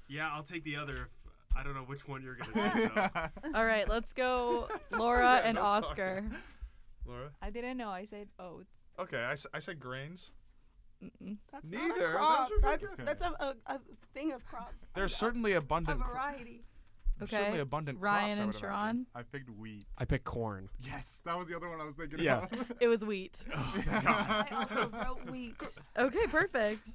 Speaker 4: yeah, I'll take the other. I don't know which one you're going
Speaker 3: All right, let's go Laura and
Speaker 6: no
Speaker 3: Oscar.
Speaker 6: talking. Laura.
Speaker 8: I didn't know. I said oh, oats.
Speaker 6: Okay, I, s- I said grains.
Speaker 3: Mm-mm.
Speaker 7: That's not
Speaker 6: Neither, those
Speaker 7: a crop.
Speaker 6: are
Speaker 7: That's
Speaker 1: okay.
Speaker 7: that's, a, a, a thing of crops.
Speaker 6: There's
Speaker 7: a,
Speaker 6: certainly
Speaker 7: a
Speaker 6: abundant. cro-
Speaker 7: variety.
Speaker 6: there's
Speaker 3: Okay.
Speaker 6: Certainly abundant.
Speaker 3: Ryan
Speaker 6: crops, I
Speaker 3: and
Speaker 6: would imagine.
Speaker 3: Sharon.
Speaker 1: I picked wheat.
Speaker 4: I pick corn.
Speaker 1: Yes, that was the other one I was thinking
Speaker 4: Yeah.
Speaker 1: of.
Speaker 3: It was wheat.
Speaker 7: I also wrote wheat.
Speaker 3: Okay, perfect.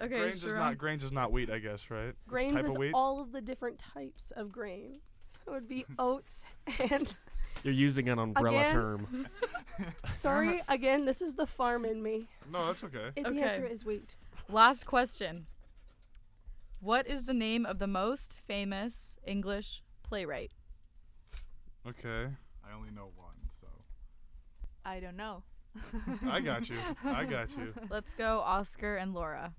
Speaker 3: Okay,
Speaker 6: grains is
Speaker 3: Sharon.
Speaker 6: not grains is not wheat, I guess, right? It's
Speaker 7: Grains
Speaker 6: type
Speaker 7: is
Speaker 6: of wheat.
Speaker 7: all of the different types of grain. So it would be oats and
Speaker 4: You're using an umbrella
Speaker 7: Again?
Speaker 4: term.
Speaker 7: sorry again, this is the farm in me.
Speaker 6: no, that's okay.
Speaker 7: It,
Speaker 3: Okay.
Speaker 7: The answer is wheat.
Speaker 3: Last question. What is the name of the most famous English playwright?
Speaker 6: Okay,
Speaker 1: I only know one, so.
Speaker 8: I don't know.
Speaker 6: I got you. I got you.
Speaker 3: Let's go Oscar and Laura.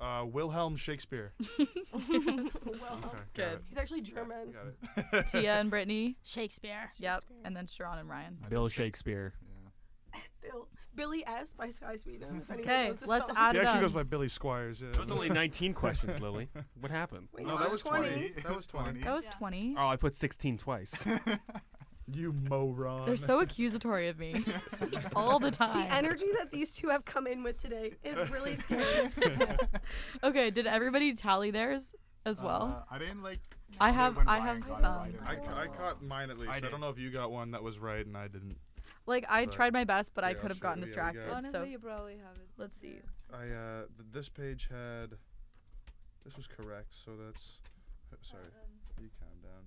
Speaker 6: Uh, Wilhelm Shakespeare.
Speaker 7: well,
Speaker 6: Okay,
Speaker 3: Good.
Speaker 7: he's actually German.
Speaker 6: Got it.
Speaker 3: Tia and Brittany.
Speaker 5: Shakespeare.
Speaker 3: Yep.
Speaker 7: Shakespeare.
Speaker 3: And then Sharon and Ryan.
Speaker 4: Bill Shakespeare.
Speaker 1: Yeah.
Speaker 7: Bill, Billy S by Sky Sweden. If anybody
Speaker 3: Okay,
Speaker 7: knows the
Speaker 3: let's
Speaker 7: song.
Speaker 3: add
Speaker 6: He
Speaker 3: it
Speaker 6: actually
Speaker 3: up.
Speaker 6: goes by Billy Squires. Yeah.
Speaker 4: That was only 19 questions, Lily. What happened?
Speaker 7: Wait,
Speaker 6: No,
Speaker 7: no,
Speaker 6: that
Speaker 7: it's
Speaker 6: was
Speaker 7: 20.
Speaker 6: That was 20.
Speaker 3: that was
Speaker 8: Yeah.
Speaker 3: 20.
Speaker 4: Oh, I put 16 twice.
Speaker 6: You moron.
Speaker 3: They're so accusatory of me all the time.
Speaker 7: The energy that these two have come in with today is really scary.
Speaker 1: Uh,
Speaker 3: okay, did everybody tally theirs as well?
Speaker 1: Uh, I didn't like.
Speaker 3: I
Speaker 1: count it
Speaker 3: have
Speaker 1: when
Speaker 3: I
Speaker 1: Ryan
Speaker 3: have
Speaker 1: got it
Speaker 3: some.
Speaker 1: right and
Speaker 6: I,
Speaker 1: got
Speaker 6: ca-
Speaker 1: it
Speaker 6: I
Speaker 1: wrong.
Speaker 6: caught mine at least. I,
Speaker 4: did.
Speaker 6: don't know if you got one that was right and I didn't.
Speaker 3: Like I
Speaker 6: But-
Speaker 3: tried my best, but I
Speaker 6: Yeah,
Speaker 3: could have
Speaker 6: sure,
Speaker 3: gotten
Speaker 6: yeah, we got it.
Speaker 3: distracted.
Speaker 8: Honestly,
Speaker 3: so
Speaker 8: you probably have it.
Speaker 3: let's see.
Speaker 6: I uh, th- this page had. This was correct, so that's. uh, Sorry, you calm down.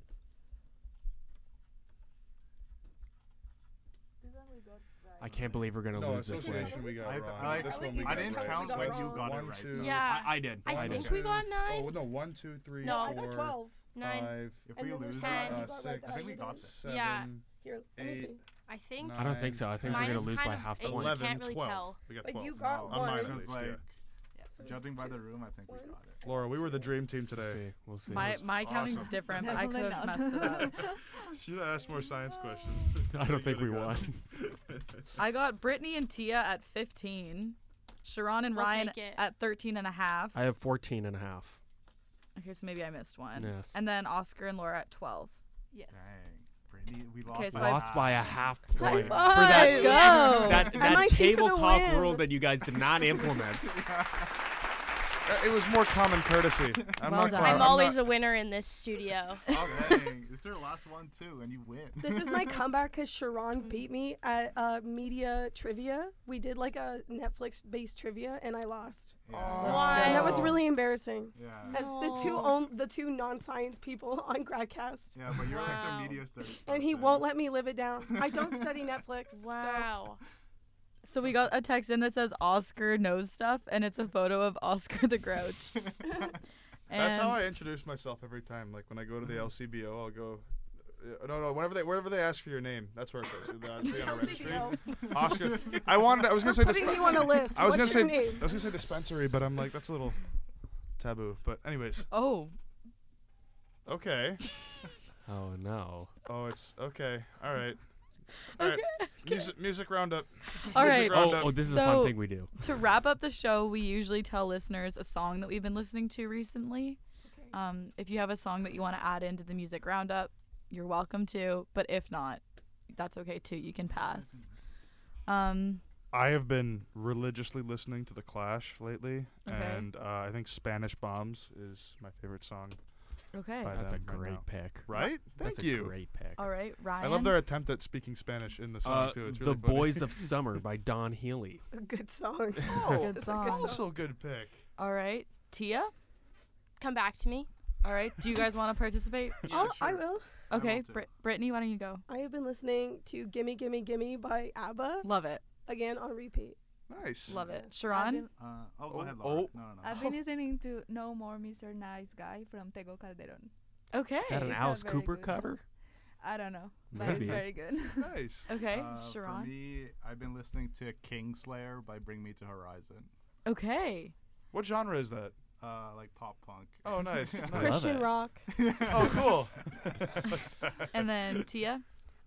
Speaker 4: I can't believe we're going to
Speaker 6: No,
Speaker 4: lose this way.
Speaker 6: association we got
Speaker 1: I-
Speaker 6: wrong.
Speaker 1: I-
Speaker 6: this
Speaker 7: I
Speaker 6: one
Speaker 7: like
Speaker 6: we
Speaker 7: these
Speaker 6: got
Speaker 1: I didn't
Speaker 6: right.
Speaker 1: count
Speaker 7: We
Speaker 1: what
Speaker 7: got
Speaker 1: you
Speaker 7: wrong.
Speaker 1: got it
Speaker 6: One,
Speaker 1: right.
Speaker 6: two-
Speaker 1: though.
Speaker 5: Yeah.
Speaker 4: I, I did.
Speaker 5: I
Speaker 4: did.
Speaker 5: think we got nine.
Speaker 6: Oh no, one, two, three,
Speaker 5: No.
Speaker 7: I got
Speaker 6: four,
Speaker 7: 12.
Speaker 5: Nine.
Speaker 6: five,
Speaker 1: If
Speaker 7: And
Speaker 1: we
Speaker 7: then there's
Speaker 1: lose,
Speaker 5: ten.
Speaker 1: uh,
Speaker 5: You
Speaker 7: got
Speaker 1: six.
Speaker 7: right
Speaker 1: I think we
Speaker 7: there.
Speaker 1: got this.
Speaker 6: seven,
Speaker 5: Yeah.
Speaker 7: Here, let me
Speaker 6: eight,
Speaker 7: see.
Speaker 5: I think.
Speaker 4: I don't think so. I think we're
Speaker 5: Mine
Speaker 4: gonna
Speaker 5: is
Speaker 4: lose
Speaker 5: kind
Speaker 4: by
Speaker 5: of
Speaker 4: half
Speaker 5: eight.
Speaker 4: the
Speaker 5: You
Speaker 4: point.
Speaker 5: Eleven. can't really
Speaker 6: 12.
Speaker 5: tell.
Speaker 6: We got
Speaker 7: But
Speaker 6: 12.
Speaker 7: you got
Speaker 1: No,
Speaker 6: on my
Speaker 7: one.
Speaker 1: Because
Speaker 6: list, yeah.
Speaker 1: like,
Speaker 7: So
Speaker 1: judging by
Speaker 7: two.
Speaker 1: the room, I think we
Speaker 7: one,
Speaker 1: got it.
Speaker 6: Laura, we were the dream team
Speaker 4: We'll
Speaker 6: today.
Speaker 4: see. We'll see.
Speaker 3: My my counting's
Speaker 6: awesome.
Speaker 3: different, but I
Speaker 8: Definitely
Speaker 3: could have
Speaker 8: not.
Speaker 3: messed it up.
Speaker 6: Should have asked more science questions.
Speaker 4: I don't think we won.
Speaker 3: I got Brittany and Tia at 15. Sharon and
Speaker 5: We'll
Speaker 3: Ryan
Speaker 5: take it.
Speaker 3: at 13 and a half.
Speaker 4: I have 14 and a half.
Speaker 3: okay, so maybe I missed one.
Speaker 4: Yes.
Speaker 3: And then Oscar and Laura at 12.
Speaker 8: Yes.
Speaker 1: Dang, Brittany, we lost.
Speaker 3: Okay, so
Speaker 1: by
Speaker 3: I-
Speaker 4: Lost by a half point.
Speaker 7: five!
Speaker 4: For that,
Speaker 7: Let's
Speaker 3: go.
Speaker 4: that, that
Speaker 7: MIT for the
Speaker 4: tabletop
Speaker 7: win.
Speaker 4: rule that you guys did not implement.
Speaker 6: Uh, it was more common courtesy. I'm
Speaker 3: Well
Speaker 6: not
Speaker 3: done.
Speaker 6: gonna-
Speaker 5: I'm
Speaker 3: I'm
Speaker 5: always
Speaker 6: not-
Speaker 5: a winner in this studio.
Speaker 1: Oh dang! It's your last one too, and you win.
Speaker 7: This is my comeback because Sharon beat me at uh, media trivia. We did like a Netflix based trivia and I lost.
Speaker 1: Yeah.
Speaker 5: Why?
Speaker 7: And that was
Speaker 5: Oh.
Speaker 7: really embarrassing.
Speaker 1: Yeah.
Speaker 7: As the two on, the two non science people on GradCast.
Speaker 1: Yeah, but you're
Speaker 5: Wow.
Speaker 1: like the media studies.
Speaker 7: And he
Speaker 1: person.
Speaker 7: won't let me live it down. I don't study Netflix.
Speaker 5: Oh, Wow.
Speaker 3: So we got a text in that says Oscar knows stuff, and it's a photo of Oscar the Grouch.
Speaker 6: That's how
Speaker 3: And- Mm-hmm.
Speaker 6: I introduce myself every time. Like when I go to the LCBO, I'll go. uh, No, no. Whenever they, wherever they ask for your name, that's where it goes. Uh, it's on a
Speaker 7: So,
Speaker 6: registry.
Speaker 7: LCBO.
Speaker 6: Oscar. I wanted. I was gonna
Speaker 7: We're
Speaker 6: say.
Speaker 7: putting
Speaker 6: disp-
Speaker 7: you on a list.
Speaker 6: I was
Speaker 7: What's
Speaker 6: gonna
Speaker 7: your
Speaker 6: say.
Speaker 7: name?
Speaker 6: I was gonna say dispensary, but I'm like that's a little taboo. But anyways,
Speaker 3: Oh,
Speaker 6: okay.
Speaker 4: Oh no.
Speaker 6: Oh, it's okay. All right. All right. Music, music roundup.
Speaker 3: all
Speaker 6: Music
Speaker 3: right.
Speaker 6: round-
Speaker 4: Oh,
Speaker 6: Roundup.
Speaker 4: oh, this is a
Speaker 3: So-
Speaker 4: fun thing we do.
Speaker 3: to wrap up the show, we usually tell listeners a song that we've been listening to recently.
Speaker 7: Okay.
Speaker 3: Um, if you have a song that you want to add into the music roundup, you're welcome to. But if not, that's okay too. You can pass. Um,
Speaker 6: I have been religiously listening to The Clash lately,
Speaker 3: Okay.
Speaker 6: and uh, I think Spanish Bombs is my favorite song.
Speaker 3: okay.
Speaker 6: By
Speaker 4: That's a
Speaker 6: them right
Speaker 4: great
Speaker 6: now.
Speaker 4: pick.
Speaker 6: Right? Thank
Speaker 4: That's
Speaker 6: you.
Speaker 4: a great pick.
Speaker 3: All right, Ryan.
Speaker 6: I love their attempt at speaking Spanish in the song
Speaker 4: Uh,
Speaker 6: too. It's
Speaker 4: the
Speaker 6: really funny.
Speaker 4: Boys of Summer by Don Healy.
Speaker 7: A good song.
Speaker 6: Oh,
Speaker 3: Good song.
Speaker 6: also good pick.
Speaker 3: All right, Tia.
Speaker 5: Come back to me.
Speaker 3: All right, do you guys want to participate?
Speaker 7: Oh, I
Speaker 1: sure.
Speaker 7: will.
Speaker 1: I will
Speaker 3: Okay,
Speaker 1: too.
Speaker 3: Brit- Brittany, why don't you go?
Speaker 7: I have been listening to Gimme Gimme Gimme by ABBA
Speaker 3: Love it,
Speaker 7: again on repeat.
Speaker 6: Nice.
Speaker 3: love it.
Speaker 8: I've
Speaker 3: Sharon.
Speaker 8: been,
Speaker 1: Uh, oh, go
Speaker 6: Oh,
Speaker 1: ahead, Laura.
Speaker 6: oh.
Speaker 1: No, no, no.
Speaker 8: I've been listening to No More Mr. Nice Guy from Tego Calderon.
Speaker 3: Okay.
Speaker 4: Is that an
Speaker 8: It's a
Speaker 4: Alice
Speaker 8: very
Speaker 4: Cooper
Speaker 8: good
Speaker 4: cover?
Speaker 8: I don't know, but
Speaker 4: Maybe.
Speaker 8: it's very good.
Speaker 6: Nice.
Speaker 3: Okay,
Speaker 1: Uh, For
Speaker 3: Sharon.
Speaker 1: me, I've been listening to Kingslayer by Bring Me to Horizon.
Speaker 3: Okay.
Speaker 6: What genre is that?
Speaker 1: Uh, like pop punk.
Speaker 6: Oh, nice. It's
Speaker 4: I love
Speaker 7: Christian
Speaker 4: it.
Speaker 7: rock.
Speaker 6: oh, cool.
Speaker 3: And then Tia,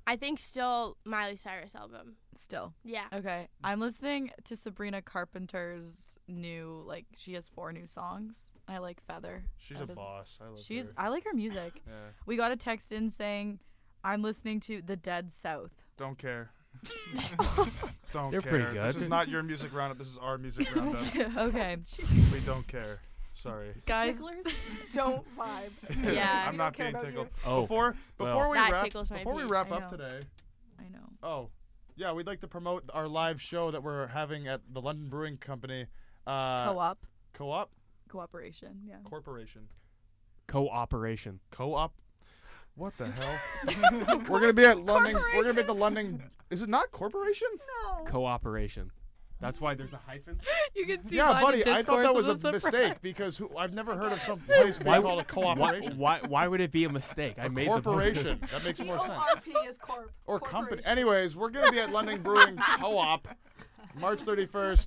Speaker 5: I think still Miley Cyrus album.
Speaker 3: still.
Speaker 5: Yeah.
Speaker 3: Okay. I'm listening to Sabrina Carpenter's new like she has four new songs. I like Feather.
Speaker 6: She's
Speaker 3: Out
Speaker 6: a
Speaker 3: of-
Speaker 6: boss. I love
Speaker 3: She's
Speaker 6: her.
Speaker 3: I like her music.
Speaker 6: Yeah.
Speaker 3: We got a text in saying I'm listening to The Dead South.
Speaker 6: Don't care. don't
Speaker 4: They're
Speaker 6: care.
Speaker 4: pretty
Speaker 6: This is
Speaker 4: good.
Speaker 6: not your music roundup. This is our music roundup.
Speaker 3: okay.
Speaker 6: we don't care. Sorry.
Speaker 3: Guys,
Speaker 7: Ticklers don't vibe.
Speaker 5: Yeah.
Speaker 6: I'm
Speaker 7: We don't
Speaker 6: not
Speaker 7: care
Speaker 6: being
Speaker 7: about you.
Speaker 6: tickled.
Speaker 4: Oh,
Speaker 6: Before
Speaker 4: well.
Speaker 6: before we
Speaker 5: That
Speaker 6: wrap
Speaker 5: tickles my
Speaker 6: before we
Speaker 5: peach,
Speaker 6: wrap
Speaker 3: I
Speaker 6: up
Speaker 3: know.
Speaker 6: today.
Speaker 3: I know.
Speaker 6: Oh, yeah, we'd like to promote our live show that we're having at the London Brewing Company uh,
Speaker 3: Co-op
Speaker 6: Co-op
Speaker 3: cooperation. Yeah.
Speaker 6: Corporation.
Speaker 4: cooperation.
Speaker 6: Co-op. What the hell? we're gonna be at London. We're gonna be at the London. Is it not corporation?
Speaker 3: Oh.
Speaker 4: Cooperation. That's why there's a hyphen.
Speaker 3: You can see
Speaker 6: yeah, buddy. I thought that was a mistake because who, I've never heard of some place being called a
Speaker 4: Why,
Speaker 6: cooperation.
Speaker 4: why, why would it be a mistake? I made the
Speaker 6: corporation. that makes
Speaker 7: C
Speaker 6: more
Speaker 7: O
Speaker 6: sense.
Speaker 7: R P is corp.
Speaker 6: or company.
Speaker 7: Corporation.
Speaker 6: Anyways, we're gonna be at London Brewing Co-op, March 31st,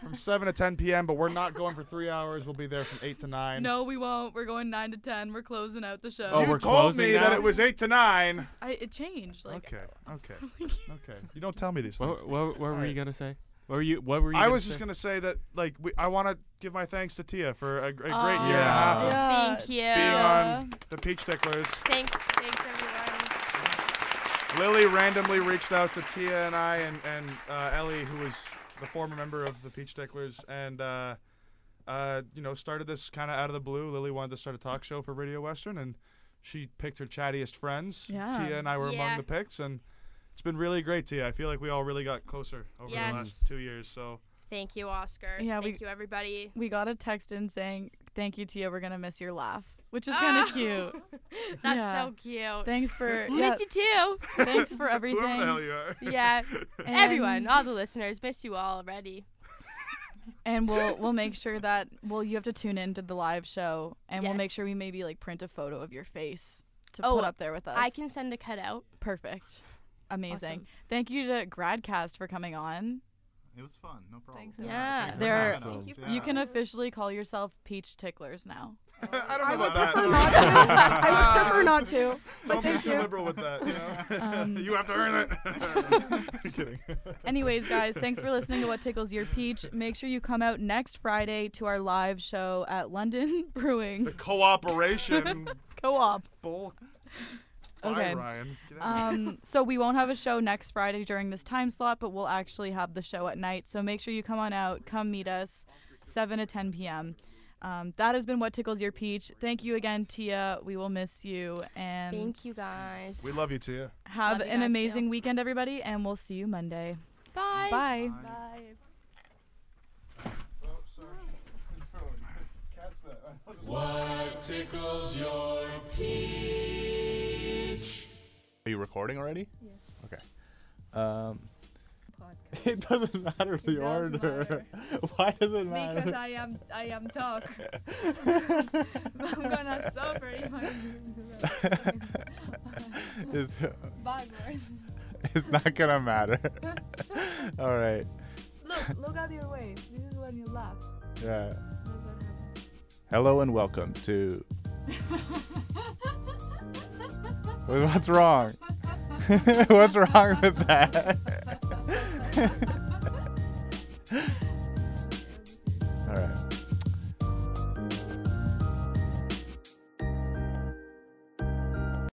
Speaker 6: from 7 to 10 p.m. But we're not going for three hours. We'll be there from 8 to 9.
Speaker 3: No, we won't. We're going 9 to 10. We're closing out the show.
Speaker 4: Oh,
Speaker 6: you
Speaker 4: we're
Speaker 6: told me
Speaker 4: closing
Speaker 6: that
Speaker 4: now?
Speaker 6: it was 8 to 9.
Speaker 3: I, it changed. Like
Speaker 6: Okay, okay, okay. You don't tell me these things.
Speaker 4: What, what, what were you
Speaker 6: Alright.
Speaker 4: gonna say? What were you? What were you?
Speaker 6: I
Speaker 4: gonna
Speaker 6: was just
Speaker 4: say?
Speaker 6: gonna say that, like, we, I want to give my thanks to Tia for a, gr-
Speaker 4: Oh,
Speaker 6: a great
Speaker 3: Aw,
Speaker 6: year and a half of
Speaker 3: yeah,
Speaker 5: Thank you.
Speaker 6: being
Speaker 3: Yeah.
Speaker 6: on the Peach Ticklers.
Speaker 5: Thanks. Thanks everyone.
Speaker 6: Lily randomly reached out to Tia and I and, and uh, Ellie, who was the former member of the Peach Ticklers, and uh, uh, you know started this kind of out of the blue. Lily wanted to start a talk show for Radio Western, and she picked her chattiest friends.
Speaker 3: Yeah.
Speaker 6: Tia and I were
Speaker 5: Yeah.
Speaker 6: among the picks, and it's been really great, Tia. I feel like we all really got closer over
Speaker 5: Yes.
Speaker 6: the last two years. So
Speaker 5: Thank you, Oscar.
Speaker 3: Yeah,
Speaker 5: Thank
Speaker 3: we-
Speaker 5: you everybody.
Speaker 3: we got a text in saying, "Thank you, Tia. We're gonna miss your laugh," which is kind of
Speaker 5: Oh.
Speaker 3: cute.
Speaker 5: That's
Speaker 3: Yeah.
Speaker 5: so cute.
Speaker 3: Thanks for
Speaker 5: We
Speaker 3: yeah,
Speaker 5: Miss you
Speaker 3: thanks for
Speaker 6: whoever the hell
Speaker 3: everything.
Speaker 6: you are.
Speaker 5: too. Yeah.
Speaker 3: And
Speaker 5: Everyone, all the listeners, miss you all already.
Speaker 3: and we'll we'll make sure that well you have to tune into the live show and we'll make
Speaker 5: Yes.
Speaker 3: sure we maybe like print a photo of your face to
Speaker 5: Oh,
Speaker 3: put up there with us.
Speaker 5: I can send a cutout.
Speaker 3: perfect. Amazing.
Speaker 5: Awesome.
Speaker 3: Thank you to Gradcast for coming on.
Speaker 4: It was fun. No problem.
Speaker 8: Thanks,
Speaker 5: everyone. Yeah.
Speaker 4: Thanks for
Speaker 3: They're-
Speaker 4: having
Speaker 10: Thank
Speaker 4: us,
Speaker 10: you
Speaker 7: for
Speaker 4: yeah.
Speaker 3: You can
Speaker 7: Yeah.
Speaker 3: officially call yourself Peach Ticklers now.
Speaker 6: I don't know
Speaker 7: I would
Speaker 6: about that.
Speaker 7: prefer not to. I
Speaker 6: Uh,
Speaker 7: would prefer not to. But
Speaker 6: Don't be
Speaker 7: thank
Speaker 6: too
Speaker 7: you.
Speaker 6: liberal with that. You know?
Speaker 3: Um,
Speaker 6: you have to earn it. Kidding.
Speaker 3: Anyways, guys, thanks for listening to What Tickles Your Peach. Make sure you come out next Friday to our live show at London Brewing
Speaker 6: The cooperation.
Speaker 3: Co-op.
Speaker 6: Bull.
Speaker 3: Okay.
Speaker 6: Bye, Ryan. Get out of here.
Speaker 3: Um, so we won't have a show next Friday during this time slot, but we'll actually have the show at night. So make sure you come on out, come meet us, 7 to 10 p.m. Um, that has been What Tickles Your Peach. Thank you again, Tia. We will miss you. And
Speaker 5: Thank you guys.
Speaker 6: we love you, Tia.
Speaker 3: have
Speaker 5: Love you
Speaker 3: an
Speaker 5: guys, too.
Speaker 3: amazing weekend, everybody, and we'll see you Monday.
Speaker 5: Bye.
Speaker 3: Bye.
Speaker 1: What tickles your peach? Are you recording already?
Speaker 8: Yes.
Speaker 1: Okay. Um, it doesn't matter the
Speaker 8: does
Speaker 1: order. Why does it matter?
Speaker 8: Because I am I am talk. I'm gonna suffer if I
Speaker 1: it's,
Speaker 8: backwards.
Speaker 1: it's not gonna matter. All right.
Speaker 8: Look, look at your waist. This is when you laugh.
Speaker 1: Yeah.
Speaker 8: That's what happens.
Speaker 1: Hello and welcome to. Wait, What's wrong? What's wrong with that?